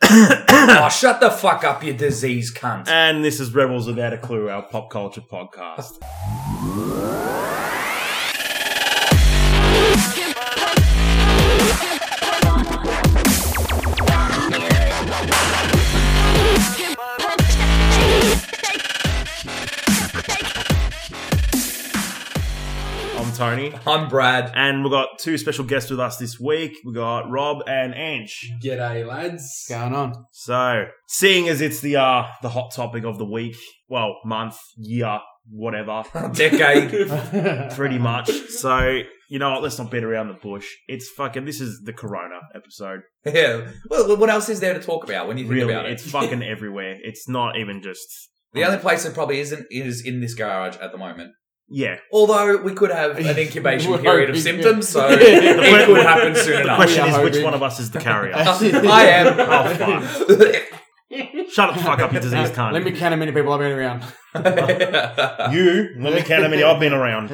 oh, shut the fuck up, you disease cunt. And this is Rebels Without a Clue, our pop culture podcast. I'm Tony. I'm Brad. And we've got two special guests with us this week. We've got Rob and Ange. G'day, lads. going on? So, seeing as it's the uh, the hot topic of the week, well, month, year, whatever, Decade. pretty much. So, you know what? Let's not beat around the bush. It's fucking. This is the Corona episode. yeah. Well, what else is there to talk about when you think Really, about it? it's fucking everywhere. It's not even just. The only place that probably isn't is in this garage at the moment. Yeah. Although we could have an incubation Well, period of yeah. symptoms, so Yeah. it could happen soon The enough. question We is, are which hoping. one of us is the carrier? I am. Oh, Shut the fuck up, you disease cunt. Let me count how many people I've been around. you. Let me count how many I've been around.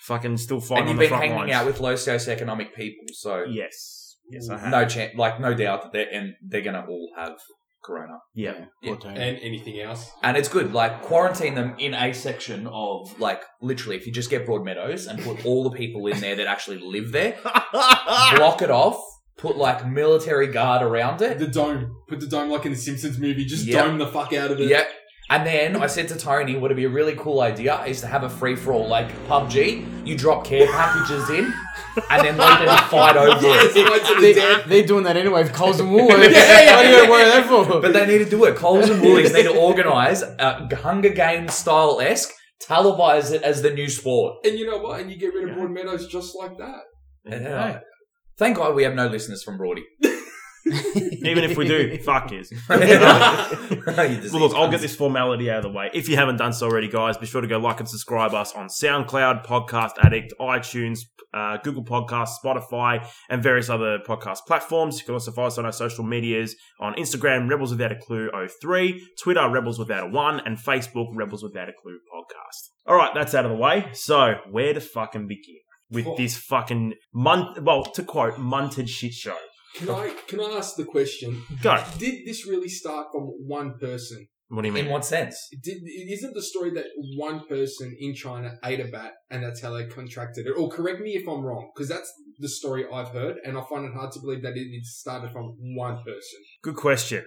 Fucking still fighting and you've on the been front hanging lines. out with low socioeconomic people, so yes. Yes, I have. no chance. Like no doubt that they're and they're gonna all have corona, Yeah. Yeah. And anything else? and it's good. Like quarantine them in a section of like literally, if you just get Broadmeadows and put all the people in there that actually live there, block it off, put like military guard around it. The dome. Put the dome like in the Simpsons movie. Just Yep. dome the fuck out of it. Yep. And then I said to Tony, what would be a really cool idea is to have a free for all like PUBG. You drop care packages in, and then let them fight over it. Fight to the They, death. they're doing that anyway with Coles and Woolworths. Yeah, yeah, What are you yeah. going to worry that for? But they need to do it. Coles and Woolies need to organise a Hunger Games style esque, televise it as the new sport. And you know what? And you get rid of Yeah. Broadmeadows just like that. Yeah. Thank God we have no listeners from Broady. Even if we do, fuck is. You disease Well, look, I'll cunts. get this formality out of the way. If you haven't done so already, guys, be sure to go like and subscribe us on SoundCloud, Podcast Addict, iTunes, uh, Google Podcasts, Spotify, and various other podcast platforms. You can also follow us on our social medias on Instagram, Rebels Without a Clue 03, Twitter, Rebels Without a One, and Facebook, Rebels Without a Clue Podcast. All right, that's out of the way. So, where to fucking begin with this fucking mun? Well, to quote, munted shit show. Can I can I ask the question? Go. Did this really start from one person? What do you In mean? what sense? Did it isn't the story that one person in China ate a bat and that's how they contracted it? Or correct me if I'm wrong, because that's the story I've heard, and I find it hard to believe that it, it started from one person. Good question.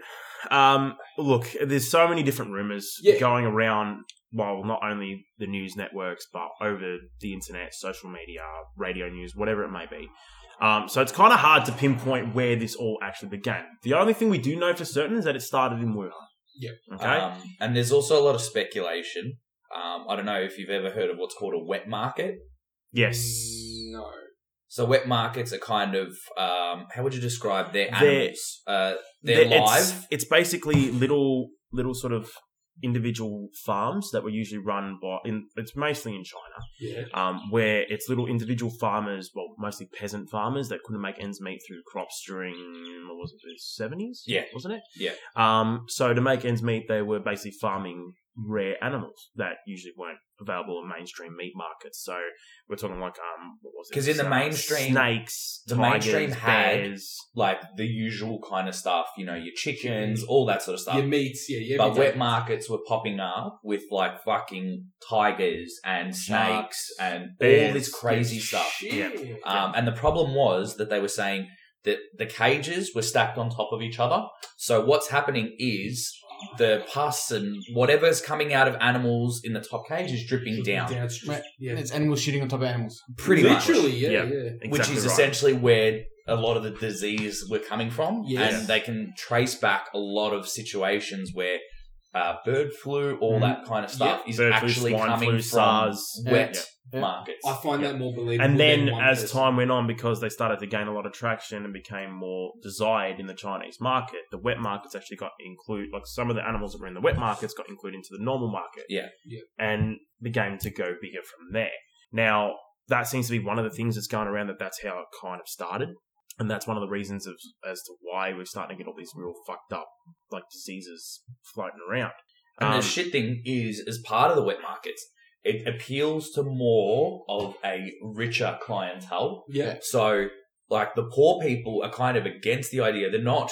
Um, look, there's so many different rumors Yeah. going around. Well, not only the news networks, but over the internet, social media, radio news, whatever it may be. Um, so it's kind of hard to pinpoint where this all actually began. The only thing we do know for certain is that it started in Wuhan. Yeah. Okay. Um, and there's also a lot of speculation. Um, I don't know if you've ever heard of what's called a wet market. yes. No. So wet markets are kind of um, how would you describe their They're- animals? uh, they're There- live. It's, it's basically little little sort of individual farms that were usually run by. In, it's mostly in China. Yeah. um, where it's little individual farmers, well, mostly peasant farmers that couldn't make ends meet through crops during what was it, the seventies? Yeah. wasn't it? Yeah. Um, so to make ends meet, they were basically farming rare animals that usually weren't available in mainstream meat markets. So we're talking like um, what was it? 'Cause in the Uh, mainstream- snakes, the tigers, mainstream had- bears. like the usual kind of stuff, you know, your chickens, all that sort of stuff. Your meats, yeah, yeah. but wet markets were popping up with like fucking tigers and snakes Sharks. and all Bears. this crazy stuff. Um, and the problem was that they were saying that the cages were stacked on top of each other. So what's happening is the pus and whatever's coming out of animals in the top cage is dripping down, Downstream. Yeah. It's animals shitting on top of animals. pretty much. Literally, yeah, Yeah. yeah. which Exactly is right. essentially where a lot of the disease were coming from, Yes. and they can trace back a lot of situations where uh, bird flu, all Mhm. that kind of stuff, is Bird flu, actually swine coming flu, from SARS. wet Yeah. markets. I find that more believable. And then, than one as person. time went on, because they started to gain a lot of traction and became more desired in the Chinese market, the wet markets actually got include like some of the animals that were in the wet markets got included into the normal market. Yeah. Yeah. and began to go bigger from there. Now that seems to be one of the things that's going around that that's how it kind of started, and that's one of the reasons of, as to why we're starting to get all these real fucked up like diseases floating around. And Um, the shit thing is, as part of the wet markets, it appeals to more of a richer clientele. Yeah. So, like, the poor people are kind of against the idea. They're not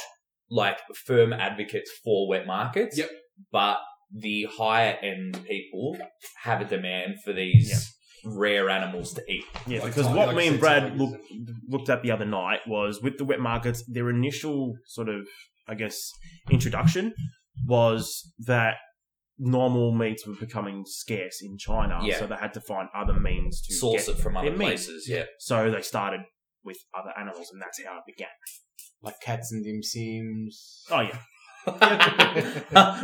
like firm advocates for wet markets. Yep. But the higher end people have a demand for these rare animals to eat. Yeah, Like because Tiger- what like me you and said, Brad Tiger's looked looked at the other night was with the wet markets, their initial sort of, I guess, introduction was that normal meats were becoming scarce in China, Yeah. so they had to find other means to Source get it from other their meat. places. Yeah. So they started with other animals, and that's how it began. Like cats and dim sims. Oh yeah,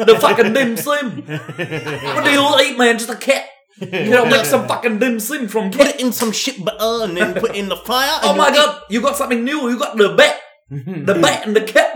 the fucking dim slim. What do you eat, man? Just a cat. You know, make some fucking dim slim from cat. in some shit butter and then put it in the fire. Oh my god, you got something new. You got the bat, the bat, and the cat.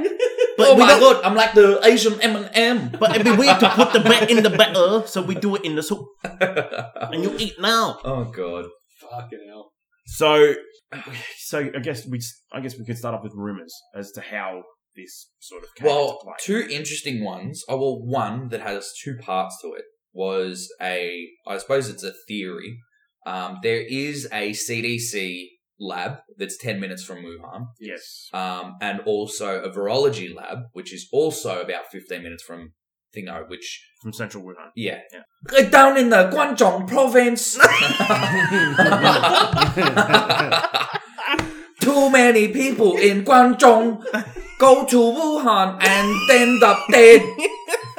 But oh we my don't- god, I'm like the Asian M and M. But it'd be weird to put the bat in the batter, so we do it in the soup, and you eat now. Oh god. Fucking hell. So, so I guess we, I guess we could start off with rumors as to how this sort of came Well, into play. two interesting ones. Oh, well, one that has two parts to it was a, I suppose it's a theory. Um, there is a CDC lab that's 10 minutes from Wuhan, yes, um, and also a virology lab, which is also about 15 minutes from Thingo, which, from central Wuhan. yeah. Yeah. Uh, Down in the Guangdong province. Too many people in Guangdong go to Wuhan and end up dead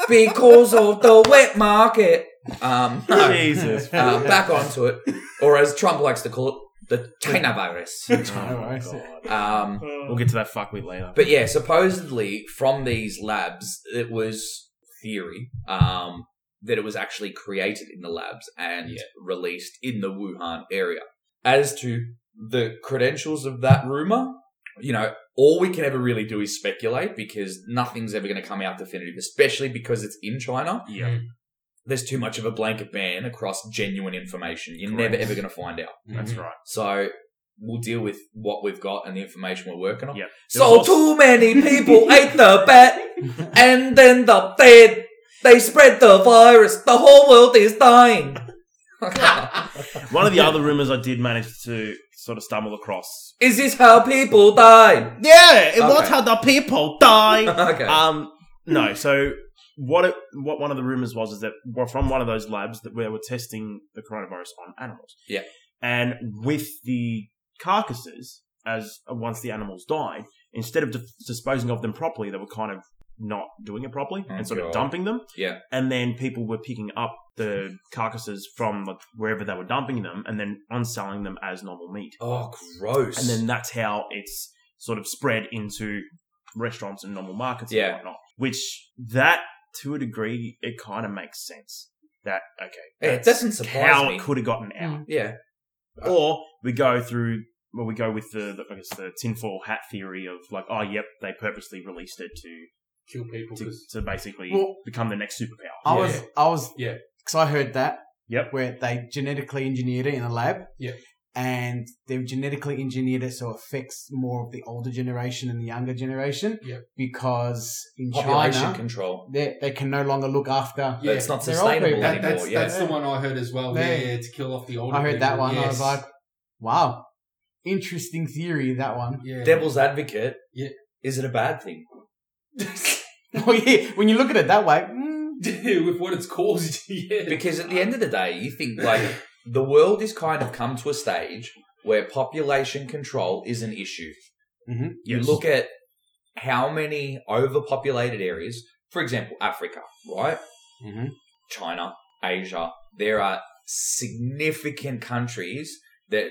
because of the wet market. Um, no. Jesus, Uh, back onto it, or as Trump likes to call it, the China virus. Oh my Christ. God. Um, We'll get to that fuckwit later. but yeah, supposedly from these labs, it was theory um, that it was actually created in the labs and released in the Wuhan area. As to the credentials of that rumor, you know, all we can ever really do is speculate because nothing's ever going to come out definitive, especially because it's in China. yeah, There's too much of a blanket ban across genuine information. You're Correct. never ever going to find out. Mm-hmm. that's right. So we'll deal with what we've got and the information we're working on. Yep. So There's also- too many people ate the bat and then the dead. They spread the virus. The whole world is dying. One of the other rumors I did manage to sort of stumble across. is this how people die? Yeah, it was how the people die. Okay. Hmm. Um, no. So what it, what one of the rumors was is that well, from one of those labs that where we're testing the coronavirus on animals. Yeah. And with the carcasses, as uh, once the animals died, instead of dis- disposing of them properly, they were kind of not doing it properly Oh, and sort God. of dumping them. Yeah. And then people were picking up the carcasses from like, wherever they were dumping them and then unselling them as normal meat. oh, gross. And then that's how it's sort of spread into restaurants and normal markets Yeah. and whatnot. Which that, to a degree, it kind of makes sense. That okay, Hey, it doesn't surprise how me. it could have gotten out. yeah. Or we go through, well, we go with the, the I guess the tinfoil hat theory of like, oh, yep, they purposely released it to Kill people. to, 'cause- to basically Well- become the next superpower. I Yeah. was, I was, Yeah. Because I heard that. Yep. Where they genetically engineered it in a lab. Yeah. And they've genetically engineered it so it affects more of the older generation and the younger generation. Yep. Because in Population China, control. they, they can no longer look after. Yeah. It's not They're all sustainable people. anymore. That, that's yeah. that's the one I heard as well. Yeah, Yeah. yeah, to kill off the older. I heard that people. one. I Yes. was like, wow, interesting theory, that one. yeah. Devil's advocate. Yeah. Is it a bad thing? oh, yeah. When you look at it that way, mm, with what it's caused. Yeah, Because at the end of the day, you think like the world has kind of come to a stage where population control is an issue. You Yes. look at how many overpopulated areas, for example, Africa, right? Mhm. China, Asia. There are significant countries that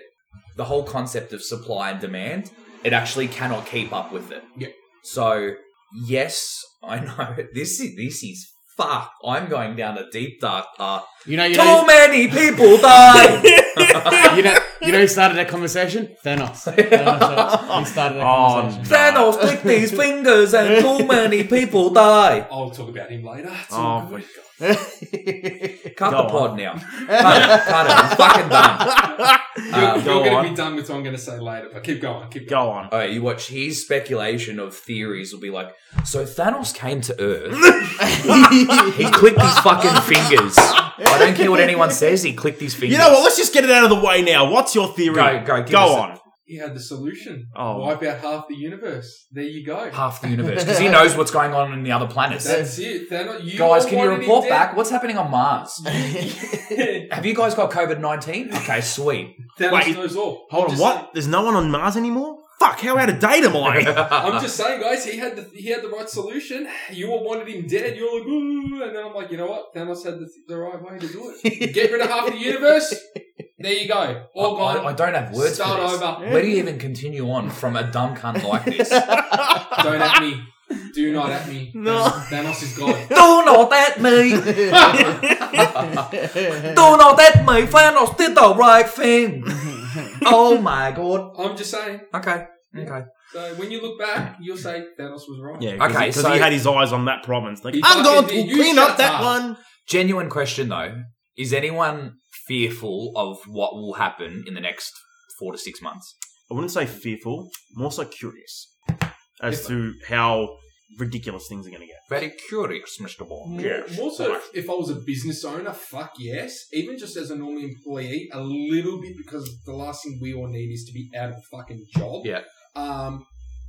the whole concept of supply and demand, it actually cannot keep up with it. Yeah. So yes, I know this is this is fuck. I'm going down a deep dark path. you know, you Too know, many people die. you know, you know, who started that conversation? Thanos. Thanos he started that Oh, conversation. Thanos click these fingers and too many people die. I'll talk about him later. It's all Oh, good. my Cut Go the on. pod now. Cut it. Cut it. I'm fucking done. God. You're, Um, Uh, go you're going on. to be done with what I'm going to say later, but keep going. Keep going. Go on. All right, you watch his speculation of theories will be like, so Thanos came to Earth. He clicked his fucking fingers. I don't care what anyone says. He clicked his fingers. You know what? Let's just get it out of the way now. What's your theory? Go, go, give go us on. He had the solution. Oh. Wipe out half the universe. There you go. half the universe because he knows what's going on in the other planets. That's it. Thanos, you guys, are can you wanted report in death. back? What's happening on Mars? Thanos Have you guys got COVID nineteen? Okay, sweet. Wait. knows all. I'm Hold on, just what? saying- There's no one on Mars anymore? Fuck, how out of date am I? I'm just saying, guys. He had the he had the right solution. You all wanted him dead. You're like, ooh, and then I'm like, you know what? Thanos had the, the right way to do it. Get rid of half the universe. There you go. I, All I- I gone. don't have words Start for this. over. Where do you even continue on from a dumb cunt like this? Don't at me. Do not at me. No. Thanos is gone. Don't know that me. Don't know that me. Thanos did the right thing. Oh my god. I'm just saying. Okay. Okay. So when you look back, you'll say Thanos was right. yeah, Okay, because so- he had his eyes on that province. Like, He I'm going fucking to did. You clean up shut that up. one. Genuine question though, is anyone fearful of what will happen in the next four to six months? I wouldn't say fearful, more so curious as to how ridiculous things are going to get. Very curious, Mr. Bond. More, more so, if, if I was a business owner, fuck yes. Even just as a normal employee, a little bit because the last thing we all need is to be out of fucking job. Yeah. Um,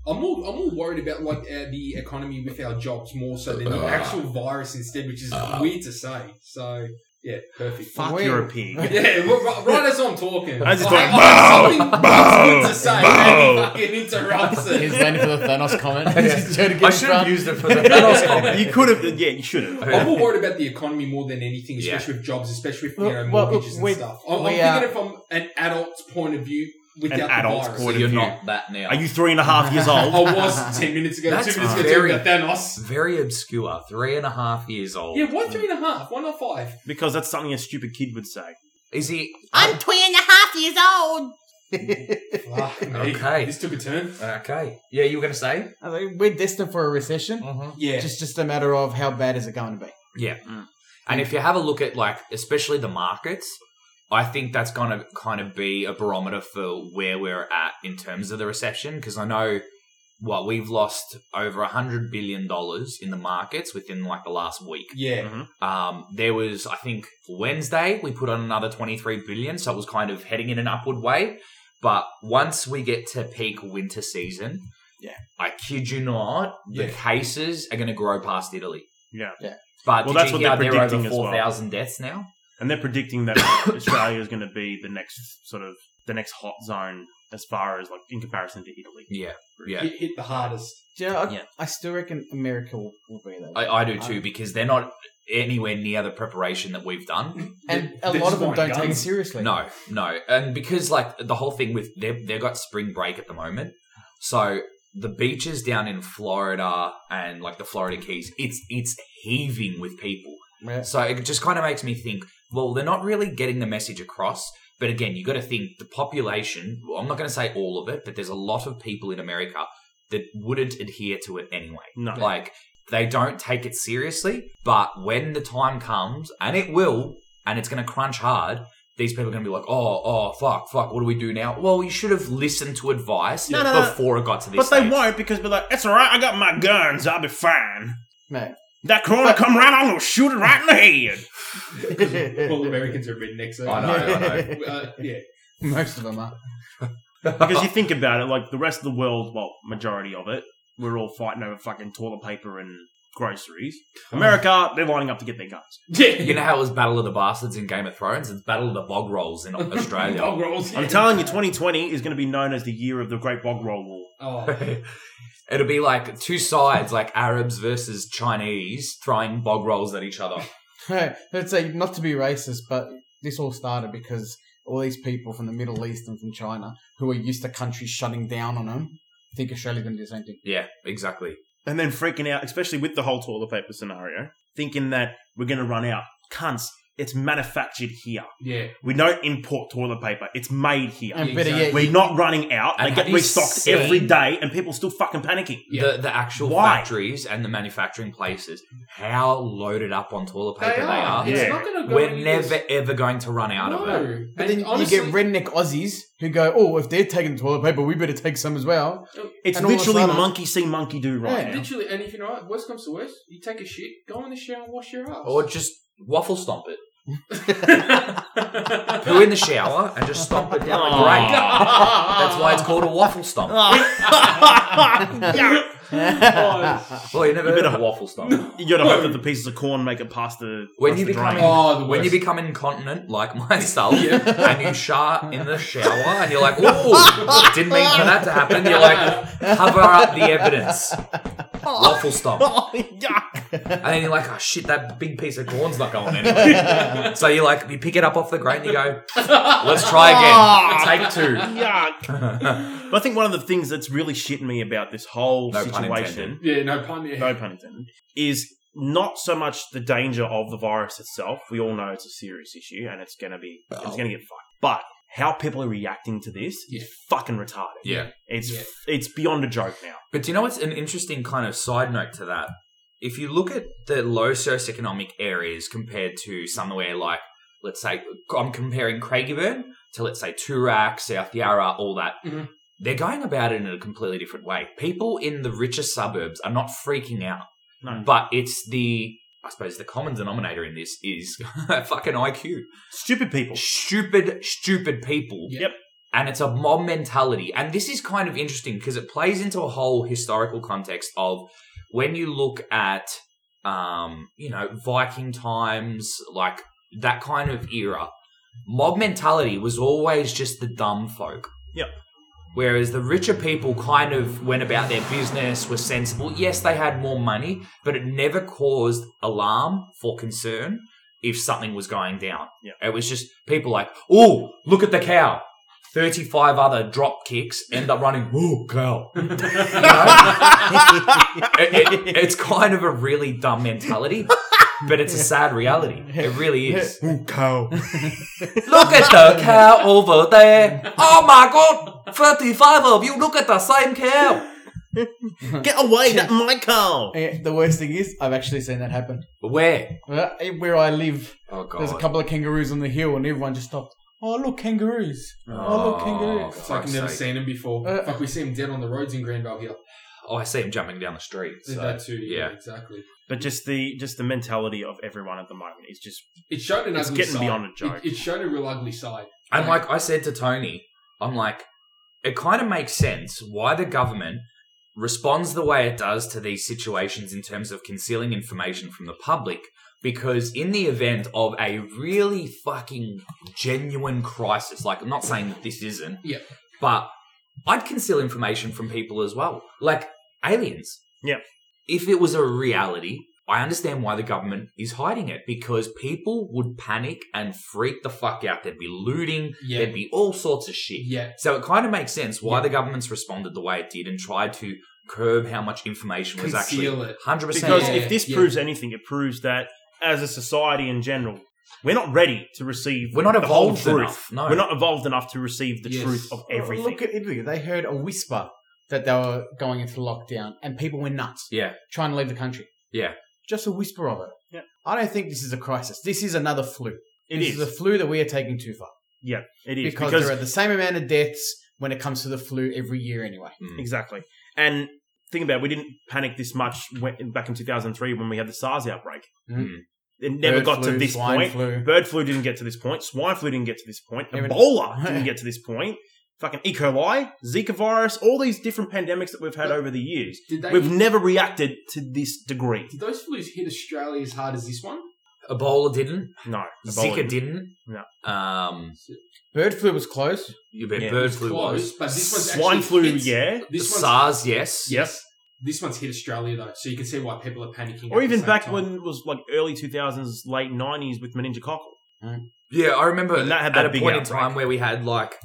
I'm more I'm more worried about like uh, the economy with our jobs more so than the Ugh. actual virus instead, which is Ugh. weird to say. So yeah, perfect. Fuck, Wait. you're a pig. Yeah, w- right, right as I'm talking, As you're I- talking, I- "Bow, something bow, good to say, bow." and he fucking interrupts He's it. waiting for the Thanos comment. He's trying to get in should've front. used it for the Thanos comment. you could have, yeah, you should have. I'm more worried about the economy more than anything, especially with jobs, especially with you know, Well, well, mortgages we- and stuff. I'm, we, I'm thinking from an adult's point of view without the adult's virus. So point you're of view. not that now. Are you three and a half years I old? was 10 minutes ago, That's 2 minutes ago, very- talking about Thanos. very obscure? Three and a half years old. Yeah, why three and a half? Why not five? Because that's something a stupid kid would say. Is he? I'm two and a half years old. Fuck me. Okay. This took a turn. Okay. Yeah, you were gonna say. I think we're destined for a recession. Mm-hmm. Oh, Yeah. It's just a matter of how bad is it going to be. Yeah. Mm. And if you have a look at like especially the markets, I think that's going to kind of be a barometer for where we're at in terms of the recession because I know what we've lost over a 100 billion dollars in the markets within like the last week. yeah. Um there was I think Wednesday we put on another 23 billion so it was kind of heading in an upward way, but once we get to peak winter season, Yeah. I kid you not, the Yeah. cases are going to grow past Italy. Yeah. But Well, did that's you what hear they're there are over predicting as well. 4,000 deaths now? And they're predicting that Australia is going to be the next sort of the next hot zone as far as like in comparison to Italy. Yeah, yeah. Hit, hit the hardest. Do you know, I, Yeah. I still reckon America will, will be there. I, I do too because they're not anywhere near the preparation that we've done. and They- a they lot just of them want don't guns. take it seriously. No, no, and because like the whole thing with they've they've got spring break at the moment, so the beaches down in Florida and like the Florida Keys, it's it's heaving with people. Yeah. So it just kind of makes me think, well, they're not really getting the message across. But again, you got to think the population, well, I'm not going to say all of it, but there's a lot of people in America that wouldn't adhere to it anyway. No. Like, they don't take it seriously, but when the time comes, and it will, and it's going to crunch hard, these people are going to be like, oh, oh, fuck, fuck, what do we do now? Well, you should have listened to advice No, no, no. before it got to this But they stage. won't because they're like, it's all right, I got my guns, I'll be fine. Mate. That corner come round, I'm going to shoot it right in the head. All Americans are rednecks. I know, I know. Uh, yeah. Most of them are. Because you think about it, like the rest of the world, well, majority of it, we're all fighting over fucking toilet paper and groceries. America, they're lining up to get their guns. You know how it was Battle of the Bastards in Game of Thrones? It's Battle of the Bog Rolls in Australia. Bog rolls. I'm telling you, 2020 is going to be known as the year of the Great Bog Roll War. Oh, It'll be like two sides, like Arabs versus Chinese, throwing bog rolls at each other. Right. Let's say not to be racist, but this all started because all these people from the Middle East and from China who are used to countries shutting down on them think Australia's going to do the same thing. Yeah, exactly. And then freaking out, especially with the whole toilet paper scenario, thinking that we're going to run out. Cunts, it's manufactured here. yeah. We don't import toilet paper, it's made here. And better exactly. yet, We're not running out. They And get have you restocked seen- every day, and people still fucking panicking. Yeah. The the actual Why? factories and the manufacturing places, how loaded up on toilet paper they are. It's Yeah. not going to go We're any never ever going to run out no. of it. But then you get redneck Aussies who go, "Oh, if they're taking toilet paper, we better take some as well." It's And all of a literally sudden- monkey see, monkey do right Yeah, now. literally anything, right? Worst comes to worst, you take a shit, go in the shower and wash your ass. Or just waffle stomp it. poo in the shower and just stomp it Oh down the drain. That's why it's called a waffle stomp. Oh, you never heard of a waffle stomp. You gotta hope that the pieces of corn make it past the When past you the become drain. Oh, the when you worst. become incontinent like myself and you shart in the shower and you're like, "Ooh, didn't mean for that to happen." You're like, cover up the evidence. Waffle stomp, Oh, yuck. and then you're like, "Oh shit, that big piece of corn's not going anywhere." so you like, you pick it up off the grate and you go, "Let's try again." Take two. Ah. Yuck. But I think one of the things that's really shitting me about this whole No pun situation, yeah, no pun. Yeah. no pun intended, is not so much the danger of the virus itself. We all know it's a serious issue and it's gonna be it's gonna get fucked. But how people are reacting to this Yeah. is fucking retarded. Yeah. It's Yeah. it's beyond a joke now. But do you know what's an interesting kind of side note to that? If you look at the low socioeconomic areas compared to somewhere like, let's say, I'm comparing Craigieburn to, let's say, Turak, South Yarra, all that. Mm-hmm. Mhm. They're going about it in a completely different way. People in the richer suburbs are not freaking out, No. but it's the, I suppose, the common denominator in this is fucking IQ. Stupid people. Stupid, stupid people Yeah. Yep. and it's a mob mentality. And this is kind of interesting because it plays into a whole historical context of when you look at, um, you know, Viking times, like that kind of era. Mob mentality was always just the dumb folk. Yep. Whereas the richer people kind of went about their business, were sensible. Yes, they had more money, but it never caused alarm for concern if something was going down. Yep. It was just people like, oh, look at the cow. 35 other drop kicks end up running, oh, cow. You know? It- it- it's kind of a really dumb mentality, but it's a sad reality. It really is. Ooh, cow. Look at the cow over there. Oh my god, 35 of you, look at the same cow. Get away, that my cow. Eh, The worst thing is, I've actually seen that happen. Where? Uh, eh, Where I live, Oh there's a couple of kangaroos on the hill, and everyone just stopped. Oh look, kangaroos! Oh, look, kangaroos! It's like I've never seen him before. Uh, Fuck, we see him dead on the roads in Granville Hill. Oh, I see him jumping down the street. Did so- that too? Yeah, yeah. exactly. But just the just the mentality of everyone at the moment is just It showed an It's ugly getting side. beyond a joke. It, it showed a real ugly side. And like I said to Tony, I'm like, it kind of makes sense why the government responds the way it does to these situations in terms of concealing information from the public. Because in the event of a really fucking genuine crisis, like I'm not saying that this isn't, Yeah. but I'd conceal information from people as well, like aliens. Yeah. If it was a reality, I understand why the government is hiding it because people would panic and freak the fuck out. There'd be looting, Yeah. there'd be all sorts of shit. Yeah. So it kind of makes sense why Yeah. the government's responded the way it did and tried to curb how much information was Conceal actually it. 100%. because Yeah, if this yeah. proves anything, it proves that as a society in general, we're not ready to receive. We're not the whole evolved truth. enough. No. we're not evolved enough to receive the Yes. truth of everything. Look at Italy. They heard a whisper that they were going into lockdown, and people went nuts yeah. trying to leave the country. Yeah. just a whisper of it. Yeah. I don't think this is a crisis. This is another flu. it this is. a flu that we are taking too far yeah, it is because, because there are the same amount of deaths when it comes to the flu every year anyway. exactly. And think about, it, we didn't panic this much when, back in 2003 when we had the SARS outbreak. Mm. It never Bird got flu, to this swine point. Flu. Bird flu didn't get to this point. Swine flu didn't get to this point. Even- Ebola didn't get to this point. Fucking E. coli, Zika virus, all these different pandemics that we've had over the years. Did they? We've never reacted to this degree. did those flus hit Australia as hard as this one? Ebola didn't. No. Zika didn't. No. Um, Bird flu was close. you bet Yeah. bird flu Close, was. but this one's Swine actually flu, hit- yeah. This one's SARS, yes. Yes. this one's hit Australia though, so you can see why people are panicking. Or at the even same back time. when it was like early 2000s, late 90s with meningococcal. Yeah, I remember And that had at that a big point in outbreak. time where we had like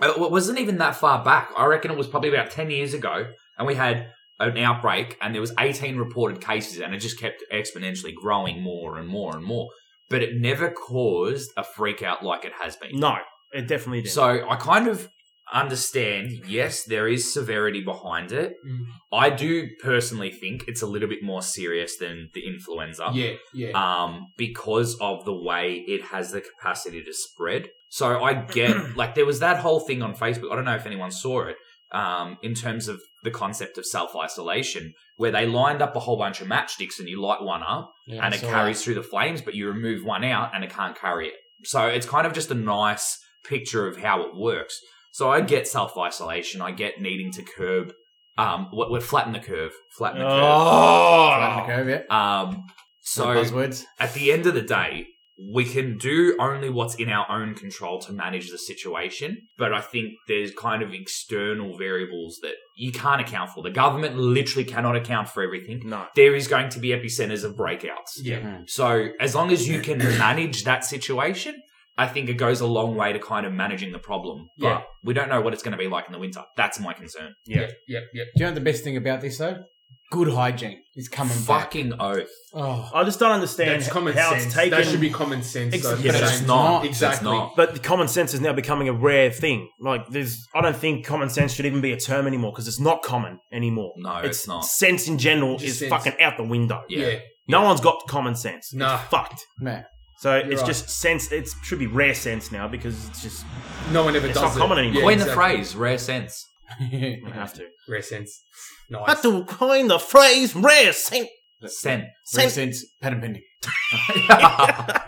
uh, well, it wasn't even that far back. I reckon it was probably about ten years ago, and we had an outbreak, and there was eighteen reported cases, and it just kept exponentially growing more and more and more. But it never caused a freak out like it has been. No, it definitely did. So I kind of understand. Yes, there is severity behind it. Mm-hmm. Mm. I do personally think it's a little bit more serious than the uh, influenza Yeah, yeah. um, because of the way it has the capacity to spread. So I get like there was that whole thing on Facebook. I don't know if anyone saw it um, in terms of the concept of self isolation, where they lined up a whole bunch of matchsticks and you light one up Yeah, and it so, carries through the flames, but you remove one out and it can't carry it. So it's kind of just a nice picture of how it works. So I get self isolation, I get needing to curb, um, we're, we're flatten the curve, flatten the flatten the Oh, curve, yeah. curve. Um, so buzzwords. at the end of the day, we can do only what's in our own control to manage the situation. But I think there's kind of external variables that you can't account for. The government literally cannot account for everything. no. There is going to be epicenters of breakouts. Yeah. Hmm. So as long as you can manage that situation, I think it goes a long way to kind of managing the problem. But Yeah. we don't know what it's going to be like in the winter. That's my concern. Yeah. Yep. Yep. Yep. Do you know the best thing about this though? Good hygiene is coming back. Fucking oath. Oh, I just don't understand That's h- common how sense. it's taken. That should be common sense. Ex- though, Yeah, at But the it's it's same not. time. Exactly. It's not. but the common sense is now becoming a rare thing. Like, there's, I don't think common sense should even be a term anymore because it's not common anymore. No, it's not. Sense in general Just is sense. fucking out the window. Yeah. Yeah. No one's got common sense. Nah. It's fucked. man. So You're it's right. just sense. It should be rare sense now because it's just No one ever It's does not it. common anymore. Coin exactly. the phrase, rare sense. we have to. Rare sense. I Nice. have to coin the phrase rare sense. Sen. Sense. Sense. Patent pending.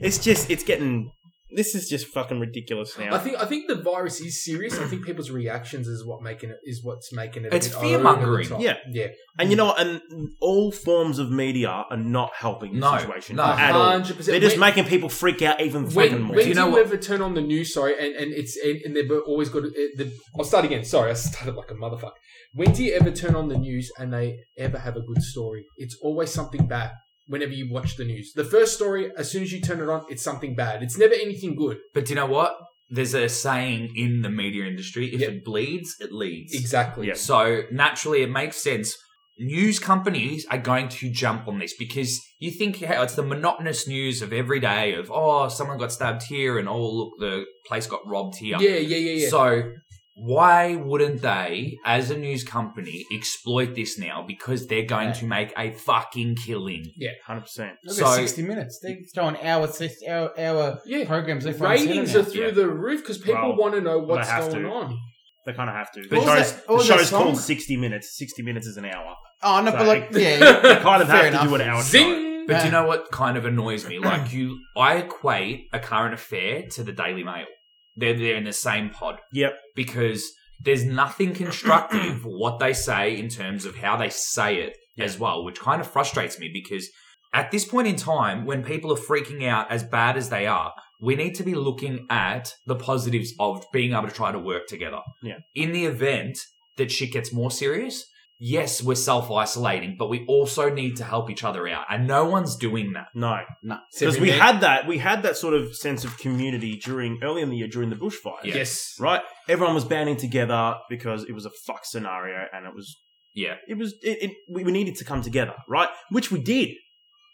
It's just it's getting. This is just fucking ridiculous now. I think I think the virus is serious. I think people's reactions is what making it is what's making it. a It's bit fear-mongering. over the top. Yeah. yeah. and you know, what? and all forms of media are not helping the No, situation no. at all. 100%. They're just When- making people freak out even fucking When, more. when do you you, know what- ever turn on the news? Sorry, and, and it's and, and they've always got. it- The, I'll start again. Sorry, I started like a motherfucker. When do you ever turn on the news and they ever have a good story? It's always something bad. Whenever you watch the news, the first story as soon as you turn it on, it's something bad. It's never anything good. But do you know what? There's a saying in the media industry: if it bleeds, it leads. Exactly. Yes. So naturally, it makes sense. News companies are going to jump on this because you think yeah, it's the monotonous news of every day of oh, someone got stabbed here and oh, look, the place got robbed here. Yeah. Yeah. Yeah. Yeah. So why wouldn't they, as a news company, exploit this now? Because they're going to make a fucking killing. Hundred percent. Look So- at 60 minutes. They're throwing hour, six- hour, hour yeah. programs. Left, right, and centre ratings now. are through Yeah. the roof because people Well, want to know what's have going to. on. They kind of have to. The What was show's, that- what was the that show's called song? sixty minutes. Sixty minutes is an hour. Oh, no, but like, yeah. yeah. They kind of Fair have enough. to do an hour. show. Zing. But do Yeah. you know what kind of annoys me? Like you, I equate a current affair to the Daily Mail. They're they're in the same pod. Yep. Because there's nothing constructive what they say in terms of how they say it as well, which kind of frustrates me because at this point in time, when people are freaking out as bad as they are, we need to be looking at the positives of being able to try to work together. Yeah. In the event that shit gets more serious, yes, we're self isolating, but we also need to help each other out. And no one's doing that. No, because Every we day. had that. We had that sort of sense of community during early in the year during the bushfires. Yeah. yes. right? Everyone was banding together because it was a fuck scenario, and it was Yeah. it was it, it we we needed to come together, right? Which we did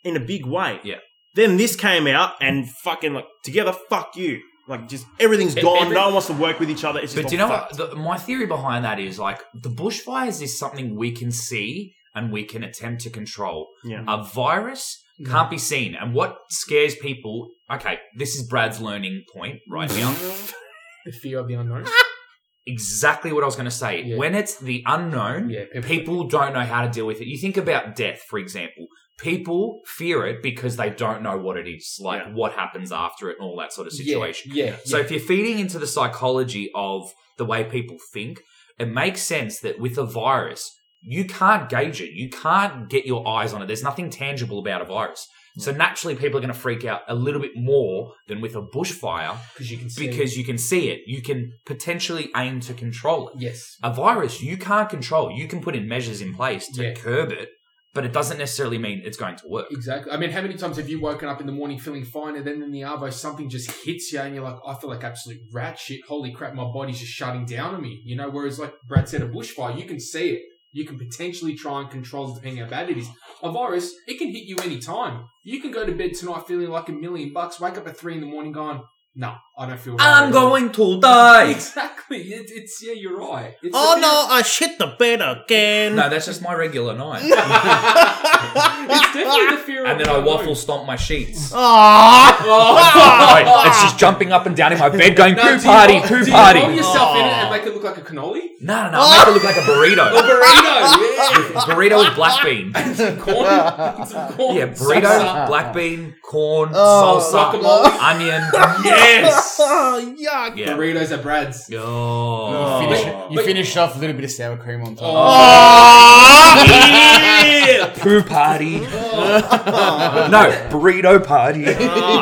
in a big way. Yeah. Then this came out, and fucking like together, fuck you, like just everything's gone. E, every- no one wants to work with each other. It's just But all do you know fucked. what? The, my theory behind that is like the bushfires is something we can see and we can attempt to control. Yeah. A virus can't be seen. And what scares people, okay, this is Brad's learning point right now. The fear of the unknown. exactly what I was going to say. Yeah. When it's the unknown, Yeah. people don't know how to deal with it. You think about death, for example. People fear it because they don't know what it is, like Yeah. what happens after it and all that sort of situation. Yeah. yeah So yeah. if you're feeding into the psychology of the way people think, it makes sense that with a virus, you can't gauge it. You can't get your eyes on it. There's nothing tangible about a virus. Mm. So naturally, people are going to freak out a little bit more than with a bushfire because you can see. because you can see it. You can potentially aim to control it. yes, A virus, you can't control. You can put in measures in place to Yeah. curb it, but it doesn't necessarily mean it's going to work. exactly. I mean, how many times have you woken up in the morning feeling fine, and then in the arvo something just hits you, and you're like, I feel like absolute rat shit. Holy crap, my body's just shutting down on me. You know. Whereas, like Brad said, a bushfire, you can see it. You can potentially try and control depending how bad it is. A virus, it can hit you any time. You can go to bed tonight feeling like a million bucks, wake up at three in the morning going, No, I don't feel. right I'm at all." going to die. Exactly. It, it's yeah, you're right. It's Oh the no, I shit the bed again. No, that's just my regular night. fear- it's definitely the fear and then I waffle stomp my sheets. Aww. Wait, it's just jumping up and down in my bed going, Ah. No, poo do you party, roll- poo do party. You roll yourself in it and Aw. make it look like a cannoli? No, no, no. I make it look like a A burrito. burrito, yeah. burrito with black bean. And some corn. Some corn. Yeah, burrito, salsa, black bean, corn, Oh. salsa, Guacamole. onion. Yes. Oh, yuck. Yeah. Burritos at Brad's. Oh. You, finish, Oh. you But- finished off with a little bit of sour cream on top. Oh. Oh, yeah. Poo party. Oh. No, burrito party. Oh,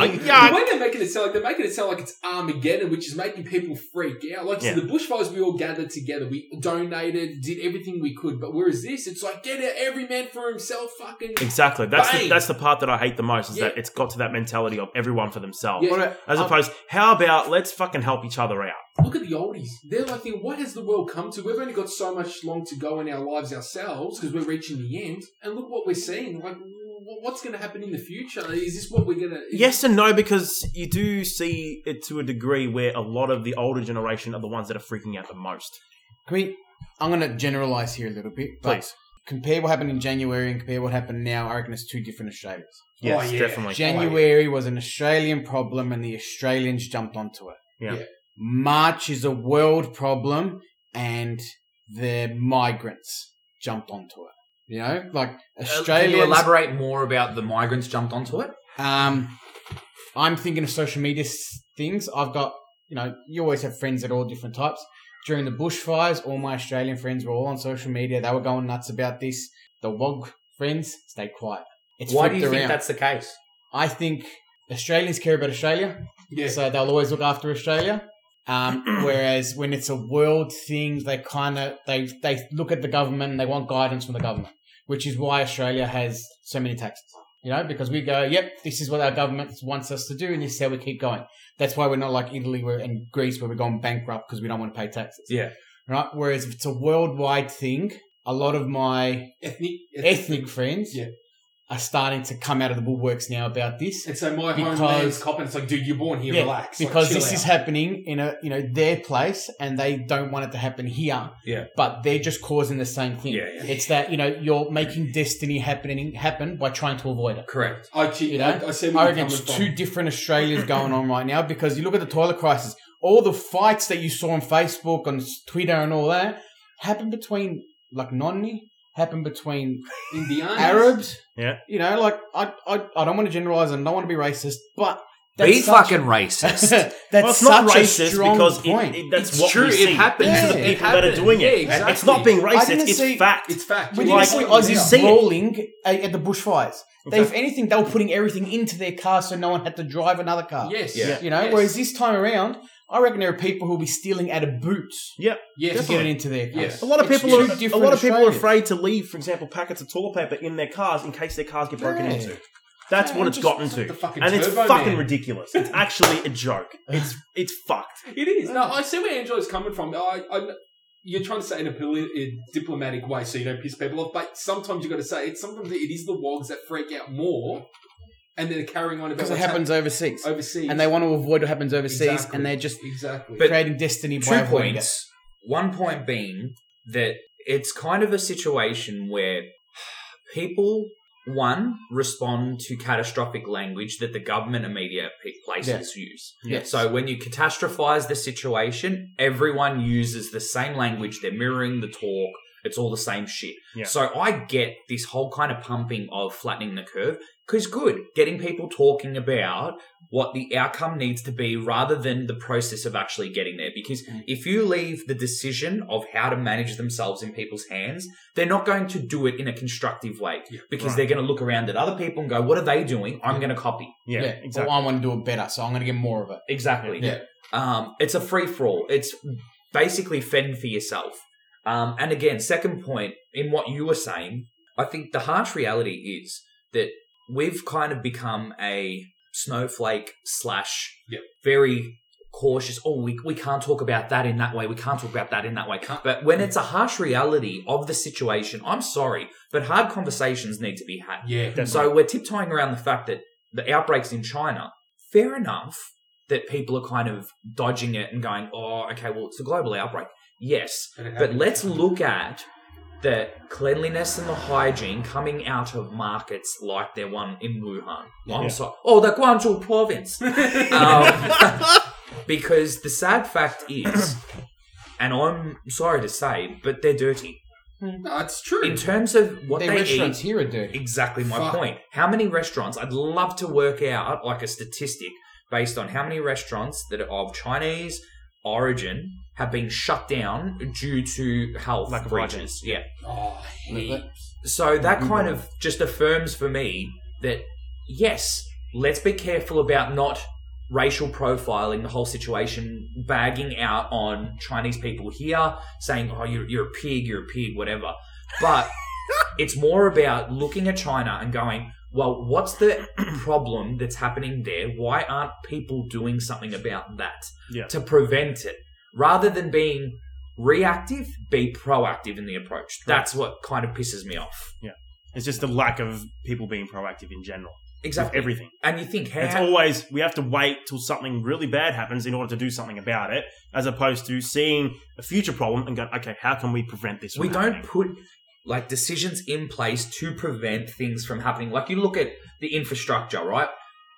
The yuck. way they're making it sound like they're making it sound like it's Armageddon, which is making people freak out. Like you Yeah. see, the bushfires, we all gathered together, we donated, did everything we could. But whereas this, it's like get it, every man for himself, fucking. Exactly. That's the, Bang. that's the part that I hate the most is Yeah. that it's got to that mentality of everyone for themselves. Yeah. As opposed, how about let's fucking help each other out? Look at the oldies. They're like, thinking, what has the world come to? We've only got so much long to go in our lives ourselves because we're reaching the end. And look what we're seeing. Like, wh- what's going to happen in the future? Is this what we're going to? Yes and no, because you do see it to a degree where a lot of the older generation are the ones that are freaking out the most. Can we, I'm going to generalize here a little bit. But Please. compare what happened in January and compare what happened now. I reckon it's two different Australias. Oh Yes, yeah. definitely. January was an Australian problem and the Australians jumped onto it. Yeah. Yeah. March is a world problem and the migrants jumped onto it. You know, like Can you Australians. elaborate more about the migrants jumped onto it? um, I'm thinking of social media s- things. I've got, you know, you always have friends at all different types. During the bushfires, all my Australian friends were all on social media. They were going nuts about this. The WOG friends stayed quiet. It's Why do you flipped think around. that's the case? I think Australians care about Australia. Yeah. So they'll always look after Australia. Um, whereas when it's a world thing, they kind of they they look at the government and they want guidance from the government, which is why Australia has so many taxes. You know, because we go, yep, this is what our government wants us to do, and this is how we keep going. That's why we're not like Italy where, and Greece where we're going bankrupt because we don't want to pay taxes. Yeah. Right. Whereas if it's a worldwide thing, a lot of my Ethnic. ethnic friends Yeah. are starting to come out of the woodworks now about this. And so my Because- homeland's copping. It's like, dude, you're born here. Yeah, relax. Like, because chill this out. is happening in a you know their place and they don't want it to happen here Yeah. but they're just causing the same thing Yeah, yeah. it's that you know you're making destiny happening happen by trying to avoid it Correct. I, che- you know, I, I see i where reckon you're it's coming two from. different australias going on right now because you look at the toilet crisis all the fights that you saw on facebook on s- twitter and all that happened between like nonni happened between Indianas. arabs Yeah. you know like i i, I don't want to generalize and don't want to be racist but Be such- fucking racist. that's Well, it's such not a racist strong because it- point. it- that's It's what true, we it see. happens to It's the the people people that are doing Yeah, it. exactly. It's not being racist. didn't It's see- fact. It's fact. We Yeah. didn't Like, see you Aussies see it. rolling at, at the bushfires. They, if Okay. anything, they were putting everything into their car so no one had to drive another car. Yes. Yeah. You know, Yes. whereas this time around, I reckon there are people who'll be stealing out of boots Yes. to get it into their car. Yes. a lot of It's people two are a different lot of people are Australias. afraid to leave, for example, packets of toilet paper in their cars in case their cars get broken Yeah. into. That's Yeah, what it's just gotten like to, the fucking and it's Turbo fucking Man. ridiculous. It's actually a joke. It's it's fucked. It is. No, I see where Angelo's coming from. I, I, you're trying to say it in a poli- a diplomatic way so you don't piss people off, but sometimes you've got to say it. Sometimes it is the wogs that freak out more, and they're carrying on about Because it what's happens happening overseas. overseas, And they want to avoid what happens overseas Exactly. and they're just exactly. But- creating destiny by two avoiding it. points. One point being that it's kind of a situation where people, one, respond to catastrophic language that the government and media pe- places use. Yes. So when you catastrophize the situation, everyone uses the same language. They're mirroring the talk. It's all the same shit. Yeah. So I get this whole kind of pumping of flattening the curve because good, getting people talking about what the outcome needs to be rather than the process of actually getting there. Because Mm. if you leave the decision of how to manage themselves in people's hands, they're not going to do it in a constructive way because Right. they're going to look around at other people and go, "What are they doing? I'm going to copy." Yeah, exactly. Well, I want to do it better, so I'm going to get more of it. Exactly. Yeah. Um, it's a free for all. It's basically fend for yourself. Um, and again, second point in what you were saying, I think the harsh reality is that we've kind of become a snowflake slash Yep. very cautious. Oh, we, we can't talk about that in that way. We can't talk about that in that way. But when it's a harsh reality of the situation, I'm sorry, but hard conversations need to be had. yeah, That's So we're tiptoeing around the fact that the outbreaks in China, fair enough that people are kind of dodging it and going, oh, okay, well, it's a global outbreak. Yes. And it But happens. let's look at the cleanliness and the hygiene coming out of markets like their one in Wuhan. I'm Yeah. sorry. Oh, the Guangzhou province. um, because the sad fact is, and I'm sorry to say, but they're dirty. No, it's true. In terms of what Their they restaurants eat, here are dirty. exactly my Fuck. point. How many restaurants? I'd love to work out like a statistic based on how many restaurants that are of Chinese origin have been shut down due to health Lack of breaches. Yeah. oh, heaps. So that Mhm. kind of just affirms for me that yes, let's be careful about not racial profiling the whole situation, bagging out on Chinese people here, saying, oh, you're, you're a pig, you're a pig, whatever. But it's more about looking at China and going, well, what's the problem that's happening there? Why aren't people doing something about that Yeah. to prevent it? Rather than being reactive, be proactive in the approach. That's what kind of pisses me off. It's just the lack of people being proactive in general. With Exactly. everything. And you think, how? It's always we have to wait till something really bad happens in order to do something about it, as opposed to seeing a future problem and going, okay, how can we prevent this? From we don't happening? put like decisions in place to prevent things from happening. Like you look at the infrastructure, right?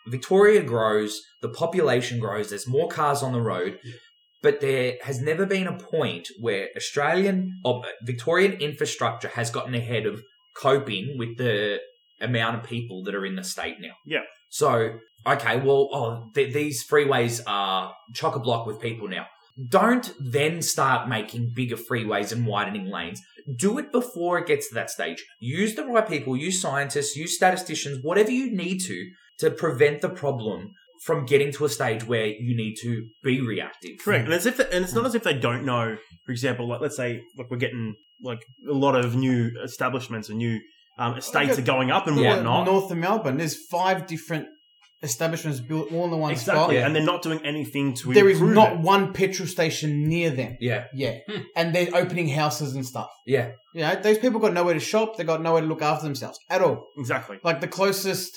Victoria grows, the population grows, there's more cars on the road, but there has never been a point where Australian or Victorian infrastructure has gotten ahead of coping with the amount of people that are in the state now. Yeah. So, okay, well, oh, th- these freeways are chock a block with people now. Don't then start making bigger freeways and widening lanes. Do it before it gets to that stage. Use the right people, use scientists, use statisticians, whatever you need to, to prevent the problem from getting to a stage where you need to be reactive. Correct, and it's if and it's not as if they don't know. For example, like let's say, like we're getting like a lot of new establishments and new um, estates Okay. are going up and Yeah. whatnot. North of Melbourne, there's five different establishments built all in one exactly, spot. and they're not doing anything to. There is improve not it. one petrol station near them. Yeah, Yeah, Hmm. and they're opening houses and stuff. yeah, You know, those people got nowhere to shop. They got nowhere to look after themselves at all. exactly. Like the closest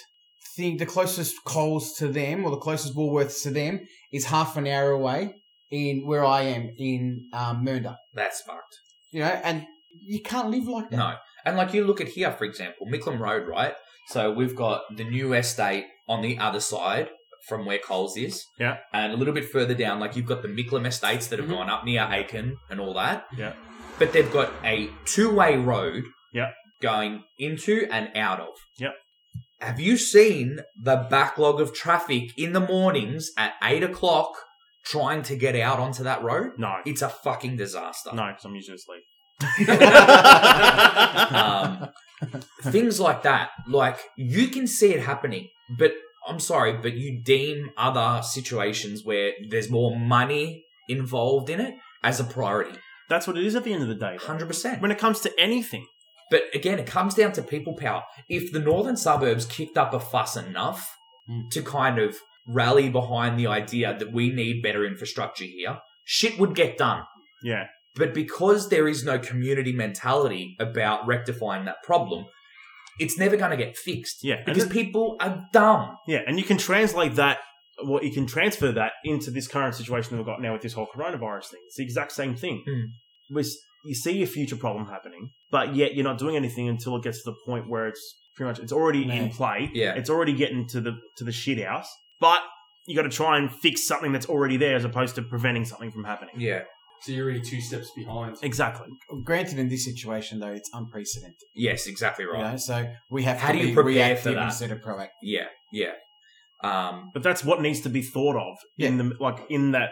thing, the closest Coles to them or the closest Woolworths to them is half an hour away in where I am in um, Mernda. that's fucked. You know, and you can't live like that. No. And like you look at here, for example, Micklem Road, right? So we've got the new estate on the other side from where Coles is. Yeah. Mm-hmm. And a little bit further down, like you've got the Micklem estates that have Mhm. gone up near Aiken and all that. Yeah. But they've got a two way road Yeah. going into and out of. Yep. Have you seen the backlog of traffic in the mornings at eight o'clock trying to get out onto that road? No, It's a fucking disaster. no, because I'm usually asleep. um, things like that. Like you can see it happening, but I'm sorry, but you deem other situations where there's more money involved in it as a priority. That's what it is at the end of the day. though. Hundred percent. When it comes to anything, But again, it comes down to people power. If the northern suburbs kicked up a fuss enough Mm. to kind of rally behind the idea that we need better infrastructure here, shit would get done. yeah, But because there is no community mentality about rectifying that problem, it's never going to get fixed. yeah, and Because people are dumb. Yeah, and you can translate that. Well, you can transfer that into this current situation that we've got now with this whole coronavirus thing. It's the exact same thing. Mm. Was you see a future problem happening, but yet you're not doing anything until it gets to the point where it's pretty much it's already Yeah. in play. Yeah. it's already getting to the to the shit house. But you got to try and fix something that's already there, as opposed to preventing something from happening. Yeah. So you're already two steps behind. Exactly. Granted, in this situation though, it's unprecedented. Yes, exactly You right. know, so we have How to do you be prepare for reactive that? instead of proactive. Yeah. Yeah. Um, But that's what needs to be thought of in the like in that